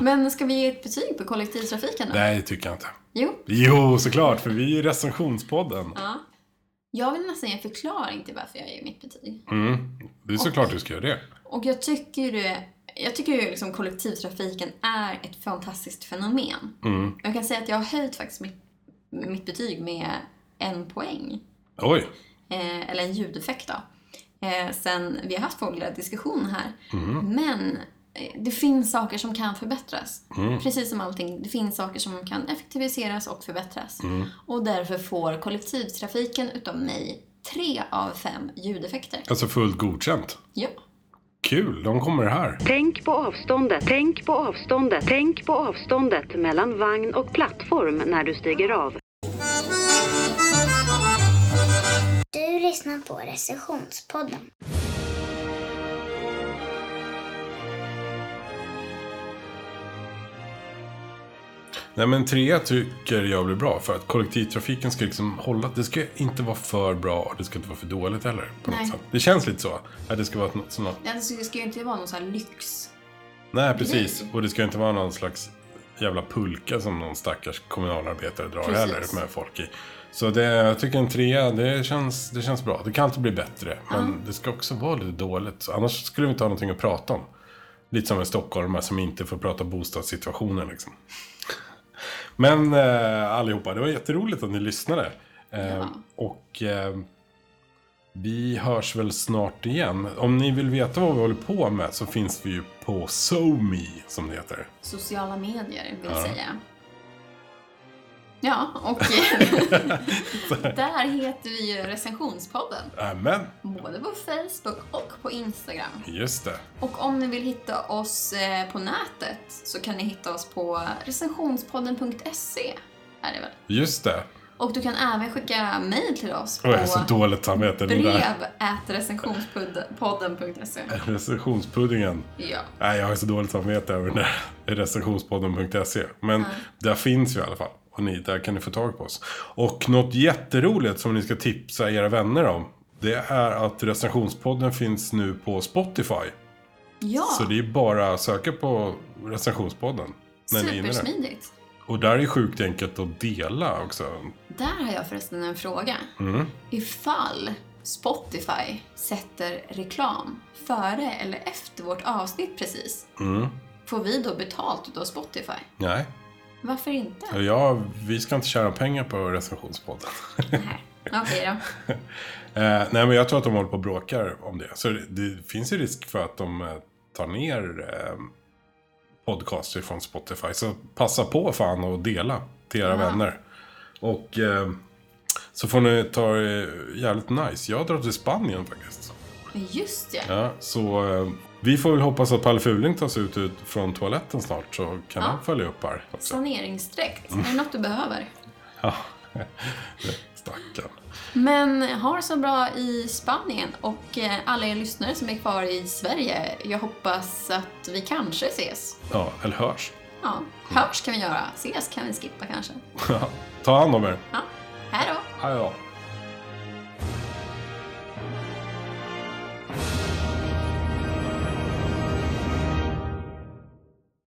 Speaker 3: Men ska vi ge ett betyg på kollektivtrafiken då?
Speaker 1: Nej, det tycker jag inte.
Speaker 3: Jo.
Speaker 1: Jo, såklart, för vi är ju recensionspodden.
Speaker 3: Jag vill nästan ge en förklaring till varför jag ger mitt betyg.
Speaker 1: Det är såklart du ska göra det.
Speaker 3: Och jag tycker ju det... Jag tycker ju liksom kollektivtrafiken är ett fantastiskt fenomen. Jag kan säga att jag har höjt faktiskt mitt, mitt betyg med en poäng.
Speaker 1: Oj,
Speaker 3: eh, eller en ljudeffekt då, eh, sen vi har haft vår lilla diskussion här. Men eh, det finns saker som kan förbättras. Precis som allting, det finns saker som kan effektiviseras och förbättras. Och därför får kollektivtrafiken utav mig tre av fem ljudeffekter.
Speaker 1: alltså fullt godkänt.
Speaker 3: Ja.
Speaker 1: Kul, de kommer här.
Speaker 6: Tänk på avståndet. Tänk på avståndet. Tänk på avståndet mellan vagn och plattform när du stiger av.
Speaker 5: Du lyssnar på Recessionspodden.
Speaker 1: Nej men trea tycker jag blir bra för att kollektivtrafiken ska liksom hålla, det ska inte vara för bra och det ska inte vara för dåligt heller. På något
Speaker 3: Nej.
Speaker 1: sätt. Det känns lite så. Att det ska vara något sånt.
Speaker 3: Alltså, det ska ju inte vara någon sån här lyx.
Speaker 1: Nej precis, och det ska inte vara någon slags jävla pulka som någon stackars kommunalarbetare drar
Speaker 3: Precis.
Speaker 1: heller med folk i. Så det, jag tycker en trea, det känns, det känns bra. Det kan alltid bli bättre, men det ska också vara lite dåligt. Så Annars skulle vi inte ha någonting att prata om. Lite som en stockholmare som inte får prata bostadssituationen liksom. Men eh, allihopa, det var jätteroligt att ni lyssnade. Eh, Och eh, vi hörs väl snart igen. Om ni vill veta vad vi håller på med så finns vi ju på SoMe som det heter.
Speaker 3: Sociala medier vill säga. Ja, och där heter vi ju Recensionspodden.
Speaker 1: Amen,
Speaker 3: Både på Facebook och på Instagram.
Speaker 1: just det.
Speaker 3: Och om ni vill hitta oss eh, på nätet så kan ni hitta oss på recensionspodden.se. Är det väl?
Speaker 1: Just det.
Speaker 3: Och du kan även skicka mejl till oss på
Speaker 1: Och jag har så dåligt samvete. Den där
Speaker 3: brev recensionspodden.se.
Speaker 1: recensionspuddingen.
Speaker 3: Ja.
Speaker 1: Nej, jag har så dåligt samvete över den där recensionspodden.se. Men där finns vi i alla fall. Och ni, där kan ni få tag på oss. Och något jätteroligt som ni ska tipsa era vänner om. Det är att recensionspodden finns nu på Spotify.
Speaker 3: Ja, Ah.
Speaker 1: Så det är bara att söka på recensionspodden. När ni är inne där.
Speaker 3: supersmidigt.
Speaker 1: Och där är det sjukt enkelt att dela också.
Speaker 3: Där har jag förresten en fråga.
Speaker 1: Mm.
Speaker 3: Ifall Spotify sätter reklam före eller efter vårt avsnitt precis,
Speaker 1: Mm.
Speaker 3: får vi då betalt utav Spotify?
Speaker 1: Nej,
Speaker 3: Varför inte?
Speaker 1: ja, vi ska inte tjäna pengar på recensionspodden.
Speaker 3: Nej. Okej då.
Speaker 1: Eh, nej, men jag tror att de håller på och bråkar om det. Så det, det finns ju risk för att de eh, tar ner eh, podcaster från Spotify. Så passa på fan och dela till era vänner. Och eh, så får ni ta eh, jävligt nice. Jag drar till Spanien faktiskt.
Speaker 3: Men Just ja.
Speaker 1: Ja, så eh, vi får väl hoppas att Palle Fuling tas ut ut från toaletten snart. Så kan han följa upp här. också.
Speaker 3: Saneringsdräkt.
Speaker 1: Mm.
Speaker 3: Är det något du behöver?
Speaker 1: Ja. Stackarn.
Speaker 3: Men ha det så bra i Spanien och eh, alla er lyssnare som är kvar i Sverige. Jag hoppas att vi kanske ses.
Speaker 1: Ja, eller hörs.
Speaker 3: Ja,
Speaker 1: Mm.
Speaker 3: hörs kan vi göra. Ses kan vi skippa kanske.
Speaker 1: Ta hand om er.
Speaker 3: Ja, hej då!
Speaker 1: Hej då.